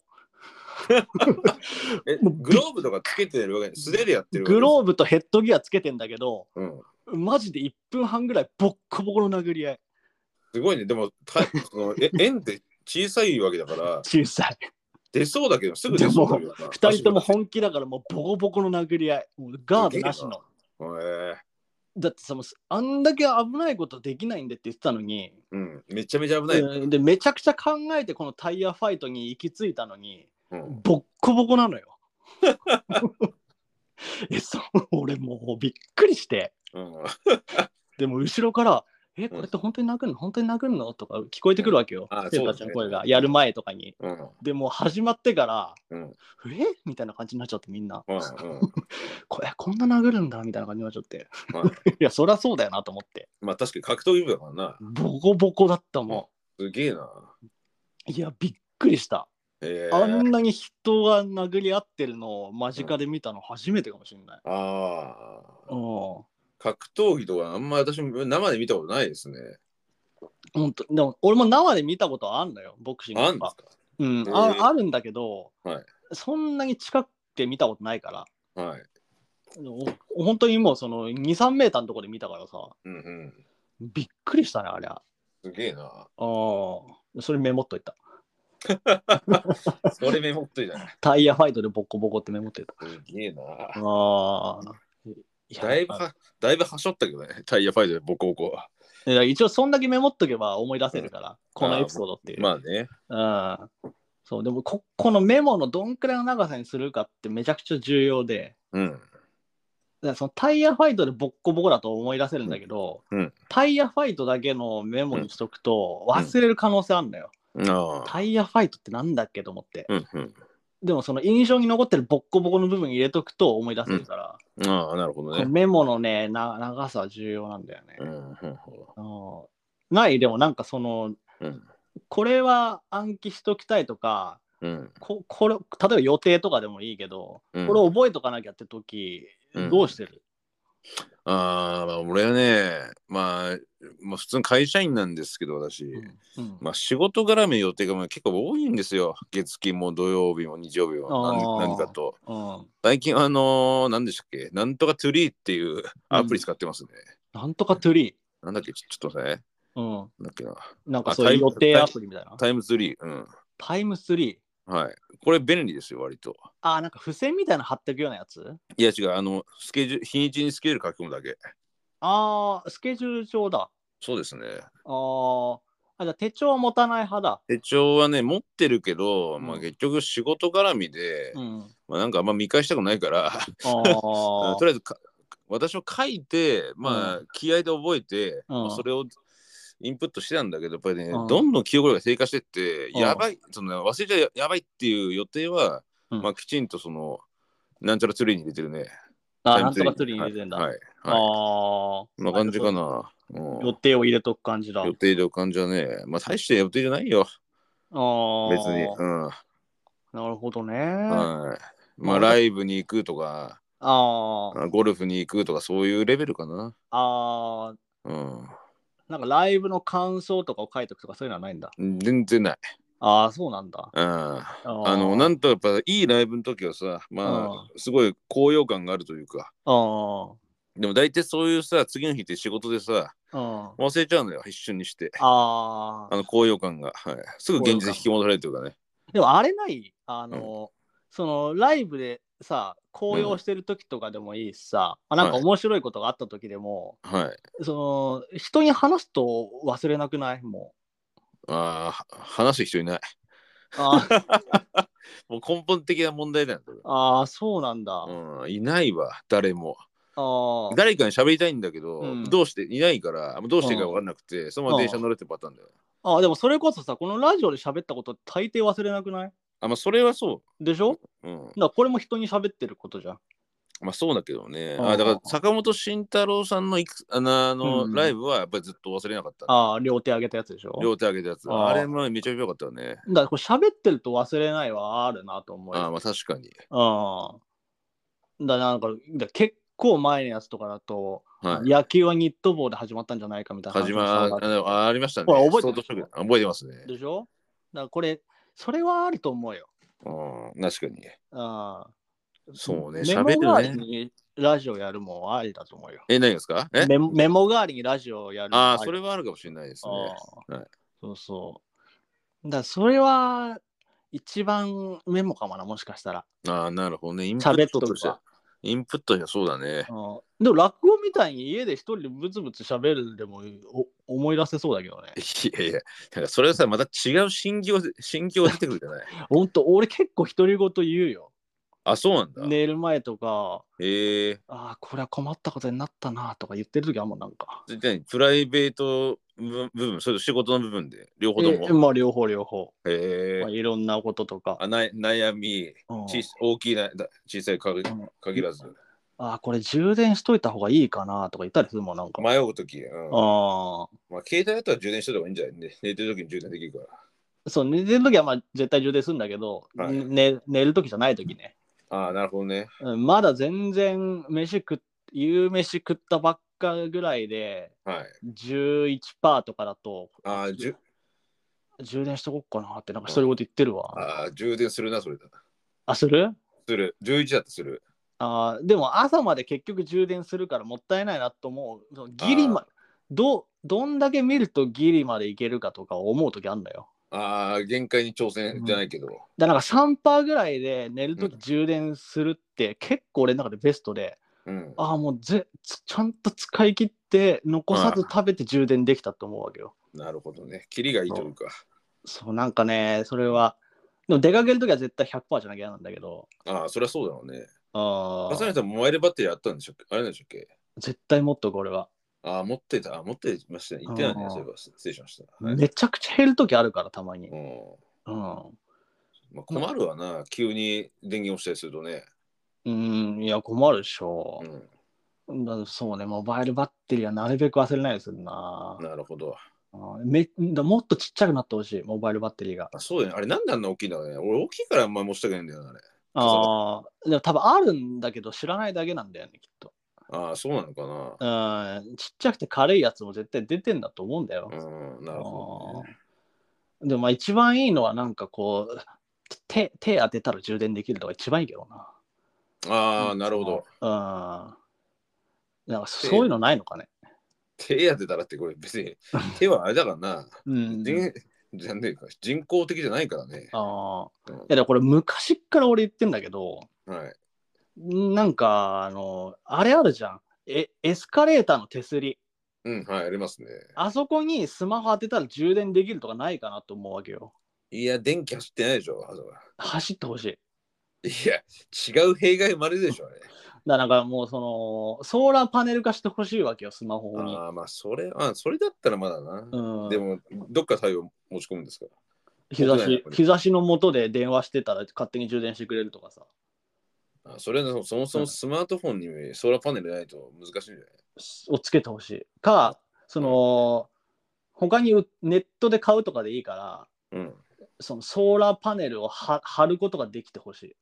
Speaker 1: え、
Speaker 2: もうび
Speaker 1: グローブとかつけてるわけ素手でやってるわけ
Speaker 2: グローブとヘッドギアつけてんだけど、
Speaker 1: うん。
Speaker 2: マジで1分半ぐらいボッコボコの殴り合い。
Speaker 1: すごいね。でも、たそのえ円って小さいわけだから、
Speaker 2: 小さい。
Speaker 1: 出そうだけど、すぐ出そうだけどな。
Speaker 2: 2人とも
Speaker 1: 足
Speaker 2: 本気だからもうボコボコの殴り合い。もうガードなし
Speaker 1: すげ
Speaker 2: の。
Speaker 1: も出て。へえ
Speaker 2: だってさ、もうあんだけ危ないことできないんでって言ってたのに、
Speaker 1: うん。めちゃめちゃ危ない。
Speaker 2: うんでめちゃくちゃ考えてこのタイヤファイトに行き着いたのに、
Speaker 1: うん
Speaker 2: ボッコボコな のよ。えそう俺もうびっくりして
Speaker 1: うん
Speaker 2: でも後ろから「えこれって本当に殴るの本当に殴るの?」とか聞こえてくるわけよ、
Speaker 1: うんあ
Speaker 2: 生徒た
Speaker 1: そ
Speaker 2: ち
Speaker 1: うだ
Speaker 2: の
Speaker 1: ね
Speaker 2: 声が、やる前とかに。
Speaker 1: うんうん
Speaker 2: でもう始まってから「
Speaker 1: うん
Speaker 2: えみたいな感じになっちゃってみんな
Speaker 1: うん
Speaker 2: 「こえこんな殴るんだ」みたいな感じになっちゃって
Speaker 1: まあ
Speaker 2: いやそりゃそうだよなと思って
Speaker 1: まあ確かに格闘技部だからな。
Speaker 2: ボコボコだったも
Speaker 1: すげえな。
Speaker 2: んいやびっくりした
Speaker 1: ええ
Speaker 2: あんなに人が殴り合ってるのを間近で見たの初めてかもしれない。
Speaker 1: あ
Speaker 2: う
Speaker 1: あ
Speaker 2: ん、
Speaker 1: 格闘技とかあんま私も生で見たことないですね。
Speaker 2: 本当でも俺も生で見たことはあんのよ、ボクシング
Speaker 1: あん
Speaker 2: と
Speaker 1: です
Speaker 2: か。
Speaker 1: か
Speaker 2: うん
Speaker 1: へー
Speaker 2: ああるんだけど、
Speaker 1: はい
Speaker 2: そんなに近くて見たことないから、
Speaker 1: はい。
Speaker 2: お本当にもうその2、3メーターのところで見たからさ、
Speaker 1: うんうん。
Speaker 2: びっくりしたね、あれは。
Speaker 1: すげえな。
Speaker 2: うんそれメモっといた。
Speaker 1: それメモっといたな。
Speaker 2: タイヤファイトでボッコボコってメモっといた。
Speaker 1: すげえな。
Speaker 2: ああ。いや
Speaker 1: だいぶは、だいぶはしょったけどね。タイヤファイトでボコボコは。
Speaker 2: いや一応、そんだけメモっとけば思い出せるから、このエピソードっていう。
Speaker 1: まあね。
Speaker 2: うんそうでもここのメモのどんくらいの長さにするかってめちゃくちゃ重要で
Speaker 1: うん。
Speaker 2: だからそのタイヤファイトでボッコボコだと思い出せるんだけど、
Speaker 1: うんうん
Speaker 2: タイヤファイトだけのメモにしとくと忘れる可能性あるんだよ、
Speaker 1: ああ。
Speaker 2: タイヤファイトってなんだっけと思って、
Speaker 1: うんうん。
Speaker 2: でもその印象に残ってるボッコボコの部分入れとくと思い出せるから、
Speaker 1: ああ、なるほど
Speaker 2: この
Speaker 1: ね。
Speaker 2: メモのねな長さは重要なんだよね
Speaker 1: う、んうんうん
Speaker 2: うんないでもなんかその
Speaker 1: うん
Speaker 2: これは暗記しときたいとか
Speaker 1: うん
Speaker 2: ここれ例えば予定とかでもいいけど
Speaker 1: うん。
Speaker 2: これ覚えとかなきゃって時、
Speaker 1: うん
Speaker 2: どうしてる
Speaker 1: ああ、まあ俺はね、まあ、まあ普通の会社員なんですけど、私。
Speaker 2: うん
Speaker 1: まあ、仕事絡みの予定がもう結構多いんですよ。月金も土曜日も日曜日も何
Speaker 2: あー
Speaker 1: 何かと。
Speaker 2: うん
Speaker 1: 最近、あのー、何でしたっけなんとかトゥリーっていうアプリ使ってますね。
Speaker 2: なんとかトゥリ
Speaker 1: なんだっけちょちょっと待ってね。
Speaker 2: ー、
Speaker 1: なんだっけな。
Speaker 2: うん、なんか
Speaker 1: あ
Speaker 2: そういう予定
Speaker 1: タイム
Speaker 2: アプリみたいな。
Speaker 1: タイムツリー。うん。
Speaker 2: タイムスリー。
Speaker 1: はい。これ便利ですよ、割と。
Speaker 2: あー、なんか付箋みたいなの貼ってくようなやつ
Speaker 1: いや違う、あの、スケジュール、日にちにスケジュール書き込むだけ。
Speaker 2: あー、スケジュール帳だ。
Speaker 1: そうですね。
Speaker 2: あーあ、じゃあ手帳を持たない派だ。
Speaker 1: 手帳はね、持ってるけど、ま
Speaker 2: う
Speaker 1: あ
Speaker 2: ん
Speaker 1: 結局仕事絡みで、
Speaker 2: うん。
Speaker 1: まあなんかあんま見返したくないから、
Speaker 2: あ
Speaker 1: あの
Speaker 2: ー
Speaker 1: とりあえずか私を書いて、まあ気合で覚えて、まあそれをインプットしてたんだけどやっぱりね、
Speaker 2: うん
Speaker 1: どんどん記憶力が低下してって、
Speaker 2: うん
Speaker 1: やばいその忘れちゃやばいっていう予定は、
Speaker 2: うん
Speaker 1: まあ、きちんとそのなんちゃらツリーに入れてるね。
Speaker 2: あー、
Speaker 1: タイ
Speaker 2: な
Speaker 1: ム
Speaker 2: ん
Speaker 1: ツ
Speaker 2: とかトゥリーに入れてんだ。
Speaker 1: はい、はい
Speaker 2: あ
Speaker 1: はい
Speaker 2: あ
Speaker 1: こんな感じか
Speaker 2: な。
Speaker 1: な。うん
Speaker 2: 予定を入れとく感じだ。あ
Speaker 1: 予定で感じはね、まあ大して予定じゃないよ、
Speaker 2: あ、
Speaker 1: 別に。うん。
Speaker 2: なるほどね。
Speaker 1: はい。ま
Speaker 2: まあ
Speaker 1: あライブに行くとか、
Speaker 2: あー
Speaker 1: ゴルフに行くとか、そういうレベルかな。
Speaker 2: あー、
Speaker 1: うん。
Speaker 2: なんかライブの感想とかを書いとくとかそういうのはないんだ。
Speaker 1: 全然ない。
Speaker 2: ああ、そうなんだ。
Speaker 1: うん。あの、なんんとやっぱいいライブの時はさ、まあ、すごい高揚感があるというか、
Speaker 2: あー
Speaker 1: でも大体そういうさ、次の日って仕事でさ、
Speaker 2: うん。あ
Speaker 1: 忘れちゃうのよ、一瞬にして。
Speaker 2: あ
Speaker 1: あ。の高揚感が、はい、すぐ現実に引き戻されるというかね。
Speaker 2: でもあれないあの、そのライブでさ紅葉してる時とかでもいいしさ、あなんか
Speaker 1: はい
Speaker 2: 面白いことがあった時でも、
Speaker 1: はい。
Speaker 2: その人に話すと忘れなくないも
Speaker 1: ああ、話す人いない。
Speaker 2: うあ ー
Speaker 1: もう根本的な問題だよ。それ
Speaker 2: あーそうなんだ、あ
Speaker 1: うん、いないわ、誰も。
Speaker 2: あ
Speaker 1: 誰かに喋りたいんだけど、
Speaker 2: うん
Speaker 1: どうしていないから、どうしていいか分かんなくて、そのまま電車乗れってパターンだよ。
Speaker 2: あーでもそれこそさこのラジオで喋ったこと大抵忘れなくない
Speaker 1: あ、まあ、それはそ
Speaker 2: でしょだか
Speaker 1: う。うん。
Speaker 2: らこれも人に喋ってることじゃん
Speaker 1: まあ、そうだけどね。
Speaker 2: う
Speaker 1: あ
Speaker 2: ん
Speaker 1: だから、坂本慎太郎さんのいくあのあの
Speaker 2: うん
Speaker 1: ライブは、やっぱりずっと忘れなかった。
Speaker 2: ああ両手上げたやつでしょ
Speaker 1: 両手上げたやつ。
Speaker 2: あー
Speaker 1: あれもめちゃめちゃ良かったよね。
Speaker 2: だからこれ喋ってると忘れないはあるなと思うよ
Speaker 1: あーまあ、確かに。
Speaker 2: うん。だなんかだ結構前のやつとかだと、
Speaker 1: はい。
Speaker 2: 野球はニット帽で始まったんじゃないかみたいな
Speaker 1: 始
Speaker 2: 話も
Speaker 1: ま
Speaker 2: そうだ
Speaker 1: あのありましたね。
Speaker 2: ほら覚え
Speaker 1: 相
Speaker 2: て
Speaker 1: 当ショックだ覚えてますね。
Speaker 2: でしょだからこれ、それはあると思うよ。
Speaker 1: うん、確かに。
Speaker 2: う
Speaker 1: そうね、
Speaker 2: ん。メ
Speaker 1: 喋
Speaker 2: モ代わり
Speaker 1: るね。
Speaker 2: にラジオやるもんありだと思うよ。
Speaker 1: え、何ですかえ
Speaker 2: メモメモ代わりにラジオやるのも
Speaker 1: あ
Speaker 2: り
Speaker 1: あ、それはあるかもしれないですね。
Speaker 2: あー
Speaker 1: はい
Speaker 2: そうそう。だからそれは一番メモかもな、もしかしたら。
Speaker 1: ああ、なるほどね。インプ
Speaker 2: 喋
Speaker 1: ッ
Speaker 2: っと
Speaker 1: ト
Speaker 2: くわ
Speaker 1: として。インプットしてそうだね。
Speaker 2: うん、でも落語みたいに家で一人でブツブツ喋るでもお思い出せそうだけどね。
Speaker 1: いやいや、なんかそれはさ、また違う心境で、心境が出てくるじゃない。
Speaker 2: ほんと、俺結構独り言言うよ。
Speaker 1: あ、そうなんだ。
Speaker 2: 寝る前とか、
Speaker 1: ええ
Speaker 2: ああ、これは困ったことになったなとか言ってる時あんもんなんか。
Speaker 1: ー、じゃあプライベート部部分、それと仕事の部分で、両方と
Speaker 2: え
Speaker 1: も。
Speaker 2: まあ、両方両方。
Speaker 1: ええ
Speaker 2: まあ、いろんなこととか。
Speaker 1: あな悩み、
Speaker 2: うん
Speaker 1: 小さ大きいな、だ小さいか
Speaker 2: ん
Speaker 1: 限らず、
Speaker 2: ああ、これ充電しといた方がいいかなとか言ったりするもんなんか。
Speaker 1: 迷うとき、うん
Speaker 2: ああ。
Speaker 1: まあ、携帯だったら充電してた方がいいんじゃない、ね、寝てるときに充電できるから。
Speaker 2: そう、寝てる時はまあ絶対充電するんだけど、
Speaker 1: はい
Speaker 2: ね、寝る時じゃない時ね。
Speaker 1: ああ、なるほどね。
Speaker 2: うんまだ全然飯食っ、夕飯食ったばっかぐらいで、
Speaker 1: はい。
Speaker 2: 11%とかだと、
Speaker 1: ああ、じゅ
Speaker 2: 充電しとこっかなって、なんか独り言言ってるわ。
Speaker 1: ああ充電するな、それだ。
Speaker 2: あ、する
Speaker 1: する。11だってする。
Speaker 2: あーでも朝まで結局充電するからもったいないなと思う。そのギリまどどんだけ見るとギリまでいけるかとか思う時あるんだよ。
Speaker 1: ああ、限界に挑戦じゃないけど。
Speaker 2: だからなんか3%ぐらいで寝ると
Speaker 1: う
Speaker 2: き充電するって結構俺の中でベストで、
Speaker 1: うん。
Speaker 2: ああもうぜつちゃんと使い切って残さず食べて充電できたと思うわけよ。
Speaker 1: なるほどね。キリがいいというか。
Speaker 2: そうなんかねそれはでも出かけるときは絶対100%じゃなきゃ嫌なんだけど。
Speaker 1: ああ、そりゃそうだろうね。
Speaker 2: あー
Speaker 1: まさみさん、モバイルバッテリーあったんでしょうあれなんでしょうっけ
Speaker 2: 絶対もっとこれは。
Speaker 1: ああ、持ってた。あ持ってましたね。言ってないね
Speaker 2: あ。ー
Speaker 1: そういえば、失礼しました。はい
Speaker 2: めちゃくちゃ減るときあるからたまに。
Speaker 1: う
Speaker 2: うんん
Speaker 1: まあ、困るわな、急に電源落ちたりするとね。
Speaker 2: うん、いや、困るでしょ
Speaker 1: う。ん、
Speaker 2: だからそうね、モバイルバッテリーはなるべく忘れないようにするな。
Speaker 1: なるほど。
Speaker 2: うんめだもっとちっちゃくなってほしい、モバイルバッテリーが。
Speaker 1: あそうだね。あれ、なんであんな大きいんだろうね。俺、大きいからあんま持ちたくないんだよな、あれ。
Speaker 2: ああ、でも多分あるんだけど知らないだけなんだよね、きっと。
Speaker 1: ああ、そうなのかな。
Speaker 2: うん、ちっちゃくて軽いやつも絶対出てんだと思うんだよ。
Speaker 1: うん、なるほど、ね。
Speaker 2: うんでもまあ一番いいのはなんかこう、手手当てたら充電できるのが一番いいけどな。
Speaker 1: ああ、なるほど。
Speaker 2: うん。なんかそういうのないのかね。
Speaker 1: 手当てたらってこれ別 に手はあれだからな。
Speaker 2: うん。
Speaker 1: 人じゃねえか人工的じゃないからね。
Speaker 2: ああ。
Speaker 1: うん
Speaker 2: いや、でもこれ昔っから俺言ってんだけど、
Speaker 1: はい。
Speaker 2: なんか、あの、あれあるじゃん。え、エスカレーターの手すり。
Speaker 1: うん、はい、ありますね。
Speaker 2: あそこにスマホ当てたら充電できるとかないかなと思うわけよ。
Speaker 1: いや、電気走ってないでしょ、あそこ
Speaker 2: 走ってほしい。
Speaker 1: いや、違う弊害生まれるでしょ、あれ。
Speaker 2: だからなんかもう、その、ソーラーパネル化してほしいわけよ、スマホに。
Speaker 1: ああ、まあ、それ、あそれだったらまだな。
Speaker 2: うん、
Speaker 1: でも、どっから太陽持ち込むんですか
Speaker 2: 日差
Speaker 1: そうだよ
Speaker 2: し
Speaker 1: これ
Speaker 2: 日差しの下で電話してたら勝手に充電してくれるとかさ
Speaker 1: あそれはそもそもスマートフォンにソーラーパネルないと難しいんじゃない
Speaker 2: をつけてほしいかその他にうネットで買うとかでいいから
Speaker 1: うん。
Speaker 2: そのソーラーパネルをは貼ることができてほしい。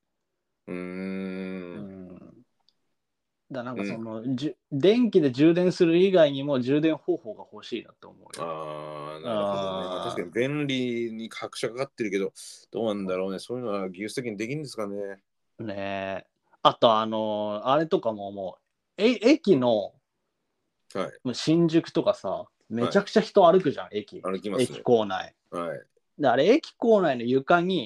Speaker 1: うーん。
Speaker 2: だからなんかその、じゅ電気で充電する以外にも充電方法が欲しいなと思うよ。
Speaker 1: ああ、なるほどね。まあ
Speaker 2: あー
Speaker 1: 確かに便利に拍車かかってるけど、どうなんだろうね。そういうのは技術的にできるんですかね。
Speaker 2: ねえあとあのーあれとかももうえ駅の
Speaker 1: はい。
Speaker 2: 新宿とかさ、めちゃくちゃ人歩くじゃん、駅。
Speaker 1: 歩きます
Speaker 2: 駅
Speaker 1: ね。
Speaker 2: 構内。
Speaker 1: はい。
Speaker 2: で、あれ、駅構内の床に、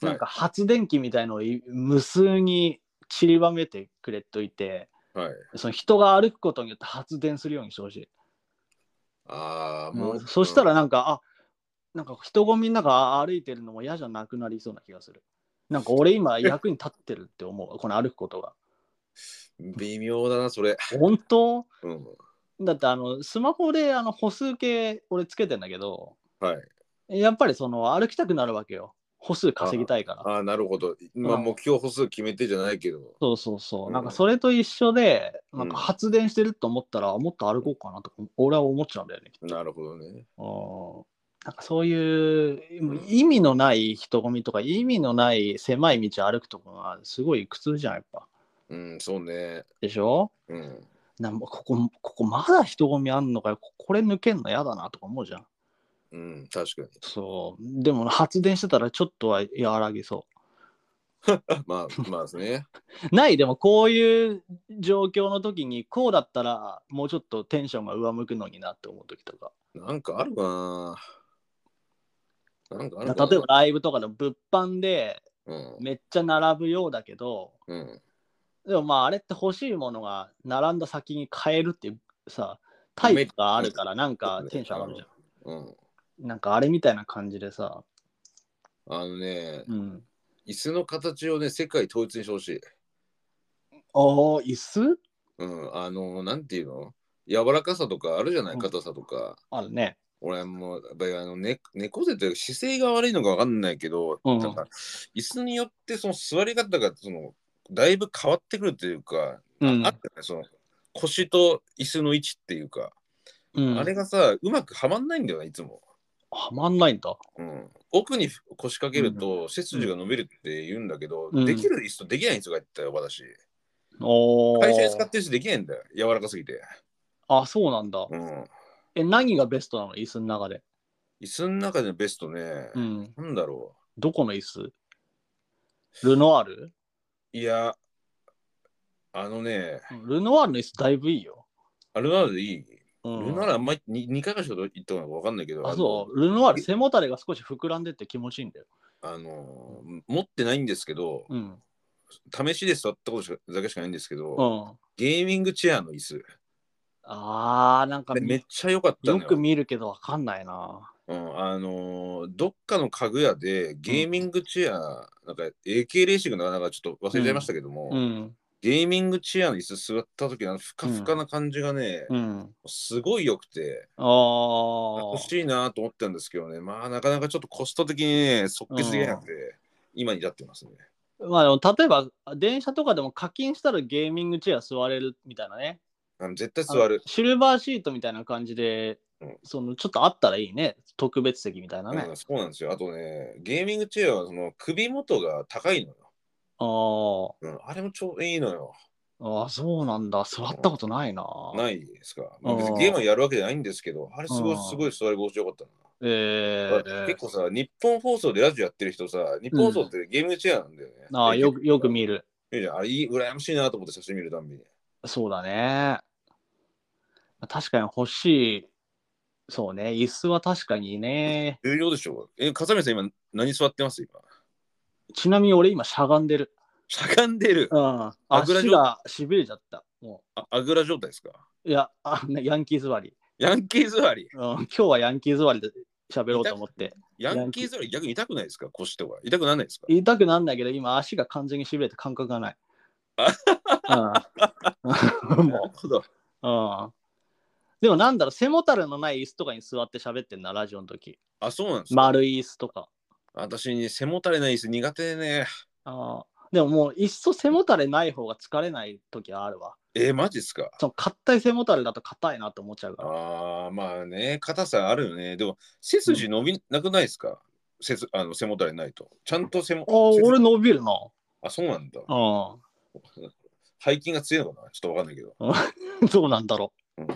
Speaker 1: はい
Speaker 2: なんか発電機みたいのをい無数に散りばめてくれといて、
Speaker 1: はい。
Speaker 2: その人が歩くことによって発電するようにしてほしい。
Speaker 1: ああ、
Speaker 2: も
Speaker 1: も
Speaker 2: う
Speaker 1: う。
Speaker 2: そした
Speaker 1: ら。
Speaker 2: らなんか、あなんか人混みの中歩いてるのも嫌じゃなくなりそうな気がする。なんか俺今役に立ってるって思う、この歩くことが。
Speaker 1: 微妙だな、それ。
Speaker 2: 本当
Speaker 1: うん。
Speaker 2: だってあのスマホであの歩数計俺つけてんだけど、
Speaker 1: はい。
Speaker 2: やっぱりその歩きたくなるわけよ。歩数稼ぎたいから。
Speaker 1: ああ、なるほど。まあ、
Speaker 2: うん
Speaker 1: 目標歩数決めてじゃないけど。
Speaker 2: そうそうそうう。
Speaker 1: ん
Speaker 2: なんかそれと一緒で、
Speaker 1: うん
Speaker 2: なんか発電してると思ったら、もっと歩こうかなとか、俺は思っちゃうんだよね。
Speaker 1: なるほどね。
Speaker 2: うんなんかそういう意味のない人混みとか、意味のない狭い道を歩くとかがすごい苦痛じゃん、やっぱ。
Speaker 1: うん、そうね。
Speaker 2: でしょ
Speaker 1: うん。
Speaker 2: なんもうここ、ここまだ人混みあんのかよ。ここれ抜けんの嫌だなとか思うじゃん。
Speaker 1: うん、確かに。
Speaker 2: そう。でも発電してたらちょっとは和らぎそ
Speaker 1: まあ、まあですね。
Speaker 2: う。ない、でもこういう状況の時に、こうだったらもうちょっとテンションが上向くのになって思う時とか。
Speaker 1: なんかあるかな。なんかあるかな。
Speaker 2: 例えば。ライブとかの物販で
Speaker 1: うん。
Speaker 2: めっちゃ並ぶようだけど
Speaker 1: うん。
Speaker 2: でもまああれって欲しいものが並んだ先に買えるっていうさタイプがあるからなんかテンション上がるじゃ
Speaker 1: うん。
Speaker 2: んなんかあれみたいな感じでさ、
Speaker 1: あのね、
Speaker 2: うん、
Speaker 1: 椅子の形をね、世界統一にしてほしい。
Speaker 2: あー椅子
Speaker 1: うん、あの、なんていうの柔らかさとかあるじゃな
Speaker 2: う
Speaker 1: い
Speaker 2: ん
Speaker 1: 硬さとか。
Speaker 2: あるね
Speaker 1: 俺もう、やっぱりあの、ね、猫背というか姿勢が悪いのかわかんないけど、
Speaker 2: うん
Speaker 1: なんか、椅子によってその座り方が、その、だいぶ変わってくるというか、
Speaker 2: うん
Speaker 1: あったね、その、腰と椅子の位置っていうか、
Speaker 2: うん
Speaker 1: あれがさ、うまくはまんないんだよな、いつも。
Speaker 2: はまんないんだ
Speaker 1: うん、奥に腰掛けると背筋が伸びるって言うんだけど、
Speaker 2: うん
Speaker 1: できる椅子とできない椅子が言ったよ、私。
Speaker 2: お
Speaker 1: 会社で使っ
Speaker 2: ー
Speaker 1: てる人できないんだよ、柔らかすぎて。
Speaker 2: あそうなんだ
Speaker 1: うん、
Speaker 2: え何がベストなの椅子の中で、
Speaker 1: 椅子の中でのベストね、
Speaker 2: うん、
Speaker 1: なんだろ
Speaker 2: どこの椅子ルノワール
Speaker 1: う。いや、あのね、
Speaker 2: うんルノワールの椅子だいぶいいよ、
Speaker 1: あれならでいい。
Speaker 2: うん、
Speaker 1: ルナらあんまりに2回かしか行ったのか分かんないけど、
Speaker 2: あ
Speaker 1: の
Speaker 2: そう、ルノワール、背もたれが少し膨らんでって気持ちいいんだよ。
Speaker 1: あの持ってないんですけど、
Speaker 2: うん。
Speaker 1: 試しで座ったことしかだけしかないんですけど、
Speaker 2: うん、
Speaker 1: ゲーミングチェアの椅子。
Speaker 2: あー、なんか
Speaker 1: あれめっ
Speaker 2: み
Speaker 1: ちゃ良かったの
Speaker 2: よく見るけどわかんないな。
Speaker 1: うん、あのーどっかの家具屋でゲーミングチェア、なんか AK レーシングのなんかちょっと忘れちゃいましたけども、
Speaker 2: うん。
Speaker 1: ゲーミングチェアの椅子座った時のあのふかふかな感じがね、
Speaker 2: うん。
Speaker 1: すごい良くて、
Speaker 2: あー
Speaker 1: 欲。しいなと思ったんですけどね、まあなかなかちょっとコスト的にね、即決できなくて、今に至ってますね。
Speaker 2: まあでも、例えば、電車とかでも課金したらゲーミングチェア座れるみたいなね。
Speaker 1: あの絶対座る
Speaker 2: あの。シルバーシートみたいな感じで、
Speaker 1: うん
Speaker 2: そのちょっとあったらいいね。特別席みたいなね。
Speaker 1: うんそうなんですよ。あとね、ゲーミングチェアはその首元が高いのよ。
Speaker 2: あー
Speaker 1: うん、あれもちょうどいいのよ。
Speaker 2: あー、そうなんだ。座ったことないな。
Speaker 1: ないですか。まあ、
Speaker 2: うん
Speaker 1: 別にゲームはやるわけじゃないんですけど、あれすご
Speaker 2: う
Speaker 1: い、
Speaker 2: ん
Speaker 1: すごい座り心地よかったな。
Speaker 2: えー、
Speaker 1: 結構さ、日本放送でラジオやってる人さ、日本放送ってゲームチェアなんだよね。
Speaker 2: あーよくよく見る。
Speaker 1: るじゃん。あれ、いい羨ましいなと思って写真見るたんびに。
Speaker 2: そうだね。確かに欲しい。そうね。椅子は確かにね。
Speaker 1: 重要でしょえ、笠宮さん、今、何座ってます今。
Speaker 2: ちなみに俺今しゃがんでる。
Speaker 1: しゃがんでる。
Speaker 2: うん。
Speaker 1: あぐら
Speaker 2: 足がしびれちゃった。も
Speaker 1: ああぐら状態ですか
Speaker 2: う。いや、あねヤンキー座り、
Speaker 1: ヤンキー座り。
Speaker 2: うん。今日はヤンキー座りで喋ろうと思って。
Speaker 1: ヤンキー座り、逆に痛くないですか腰とか。痛くならないですか
Speaker 2: 痛くなんないけど、今足が完全にしびれて感覚が ない。うん。
Speaker 1: なる
Speaker 2: も
Speaker 1: ほど。
Speaker 2: う。うん。でもなんだろう、背もたれのない椅子とかに座って喋ってんな、ラジオの時。
Speaker 1: あ、そうなんですか、
Speaker 2: 丸い椅子とか。
Speaker 1: 私に背もたれない椅子苦手でね。
Speaker 2: ああ。でももう、いっそ背もたれない方が疲れない時はあるわ。
Speaker 1: えーマジっすか
Speaker 2: その、硬い背もたれだと硬いなと思っちゃうから。
Speaker 1: ああ、まあね、硬さあるよね。でも、背筋伸びなくないですか、背すあの背もたれないと。ちゃんと背も
Speaker 2: ああ、
Speaker 1: 背筋
Speaker 2: 俺伸びるな。
Speaker 1: あ、そうなんだ。
Speaker 2: う
Speaker 1: 背筋が強いのかなちょっとわかんないけど。
Speaker 2: ん。 どうなんだろう。うん。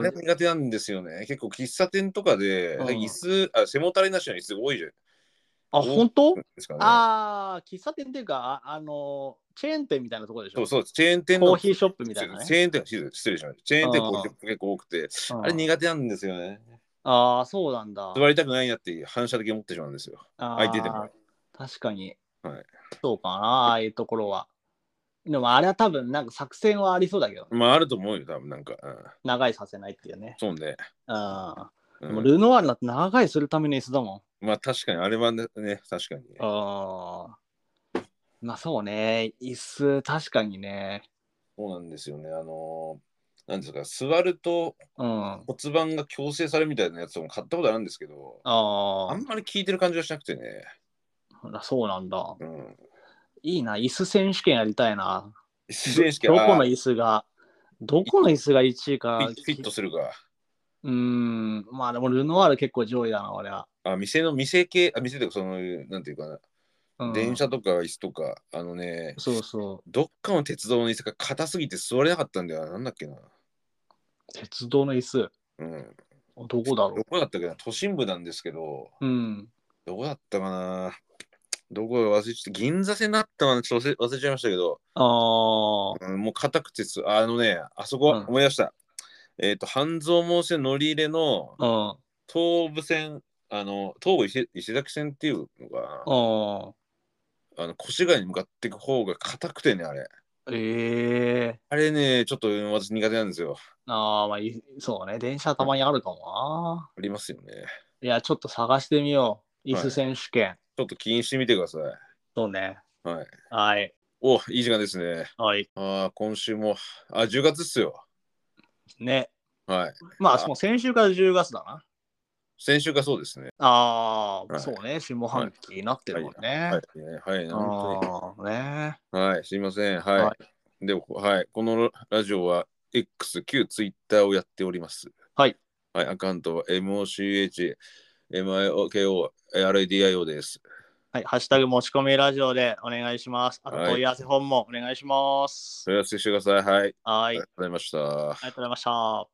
Speaker 1: あれ苦手なんですよね。結構喫茶店とかで、
Speaker 2: うん
Speaker 1: 椅子あ、背もたれなしの椅子多いじゃん。
Speaker 2: あ、本当
Speaker 1: ですかね。
Speaker 2: ああ、喫茶店っていうか、ああのー、チェーン店みたいなところでし
Speaker 1: そ
Speaker 2: ょ
Speaker 1: うそう、チェーン店の
Speaker 2: コーヒーショップみたいなね。
Speaker 1: チェーン店、失礼しました。チェーン店コーヒーショップ結構多くて、あれ
Speaker 2: うん
Speaker 1: 苦手なんですよね。
Speaker 2: ああ、そうなんだ。
Speaker 1: 座りたくないなっていう反射的に思ってしまうんですよ。
Speaker 2: あ
Speaker 1: 空
Speaker 2: ー
Speaker 1: いてても。
Speaker 2: 確かに。
Speaker 1: はい
Speaker 2: そうかな、ああいうところは。でもあれは多分、なんか作戦はありそうだけど、
Speaker 1: まああると思うよ、多分なんか。うん、
Speaker 2: 長いさせないっていうね。
Speaker 1: そうね。
Speaker 2: うん。
Speaker 1: う
Speaker 2: でも
Speaker 1: ん
Speaker 2: ルノワールだって長いするための椅子だもん。
Speaker 1: まあ確かに、あれはね、確かに。
Speaker 2: あーまあそうね、椅子、確かにね。
Speaker 1: そうなんですよね。あのーなんですか、座ると
Speaker 2: うん。あ
Speaker 1: 骨盤が矯正されるみたいなやつも買ったことあるんですけど、あ
Speaker 2: あ
Speaker 1: んまり効いてる感じがしなくてね。
Speaker 2: ー、そうなんだ。
Speaker 1: うん。
Speaker 2: いいな、椅子選手権やりたいな。
Speaker 1: 失礼し
Speaker 2: どこの
Speaker 1: フ
Speaker 2: 椅子が、どこの椅子が1位か。
Speaker 1: ィフィットするか。
Speaker 2: うーん、まあでもルノワール結構上位だな、俺は。
Speaker 1: あ、店の、店系、あ、店というか、その、なんていうかな、
Speaker 2: うん、
Speaker 1: 電車とか椅子とか、あのね、
Speaker 2: そうそう。
Speaker 1: どっかの鉄道の椅子が硬すぎて座れなかったんだよな。なんだっけな。
Speaker 2: 鉄道の椅子。
Speaker 1: うん。
Speaker 2: どこだろ
Speaker 1: どこだったっけな。都心部なんですけど、
Speaker 2: う。うん。
Speaker 1: どこだったかな。どこ忘れちゃった。銀座線だったかな。ちょっと忘れ忘れちゃいましたけど、
Speaker 2: ああ、
Speaker 1: うん、もう硬くてす、あのね、あそこ、
Speaker 2: うん
Speaker 1: 思い出した。えっ、と、半蔵門線乗り入れの
Speaker 2: うん。
Speaker 1: 東武線、あの、東武伊勢伊勢崎線っていうのが、
Speaker 2: あ
Speaker 1: あの越谷に向かっていく方が硬くてね、あれ。
Speaker 2: あ、ええ
Speaker 1: あれね、ちょっと私苦手なんですよ。
Speaker 2: ああ、まあ、いそうね。電車たまにあるかもな。
Speaker 1: ありますよね。
Speaker 2: いや、ちょっと探してみよう。椅
Speaker 1: はい
Speaker 2: 子選手権。
Speaker 1: ちょっと気にしてみてください。
Speaker 2: そうね。
Speaker 1: はい。
Speaker 2: はい。
Speaker 1: お、いい時間ですね。
Speaker 2: はい。
Speaker 1: ああ、今週も、あ、10月っすよ。
Speaker 2: ね。
Speaker 1: はい。
Speaker 2: ま
Speaker 1: あ
Speaker 2: あ、その先週から10月だな。
Speaker 1: 先週がそうですね。
Speaker 2: ああ、
Speaker 1: はい
Speaker 2: そうね。下半期になってるもんね。
Speaker 1: はい。ねはい。本
Speaker 2: ああ、ね。
Speaker 1: 当にはい。すいません。はい。
Speaker 2: は
Speaker 1: でも、はい。このラジオは X、旧 Twitter をやっております。
Speaker 2: はい。
Speaker 1: はい。アカウントは MOCH、MIOKO、RADIO です。
Speaker 2: はい、ハッシュタグ持ち込みラジオでお願いします。あと
Speaker 1: はい
Speaker 2: 問い合わせ本もお願いします
Speaker 1: お。寄せしてください。はい。あり
Speaker 2: はい、あり
Speaker 1: がとうございました。
Speaker 2: がとうございました。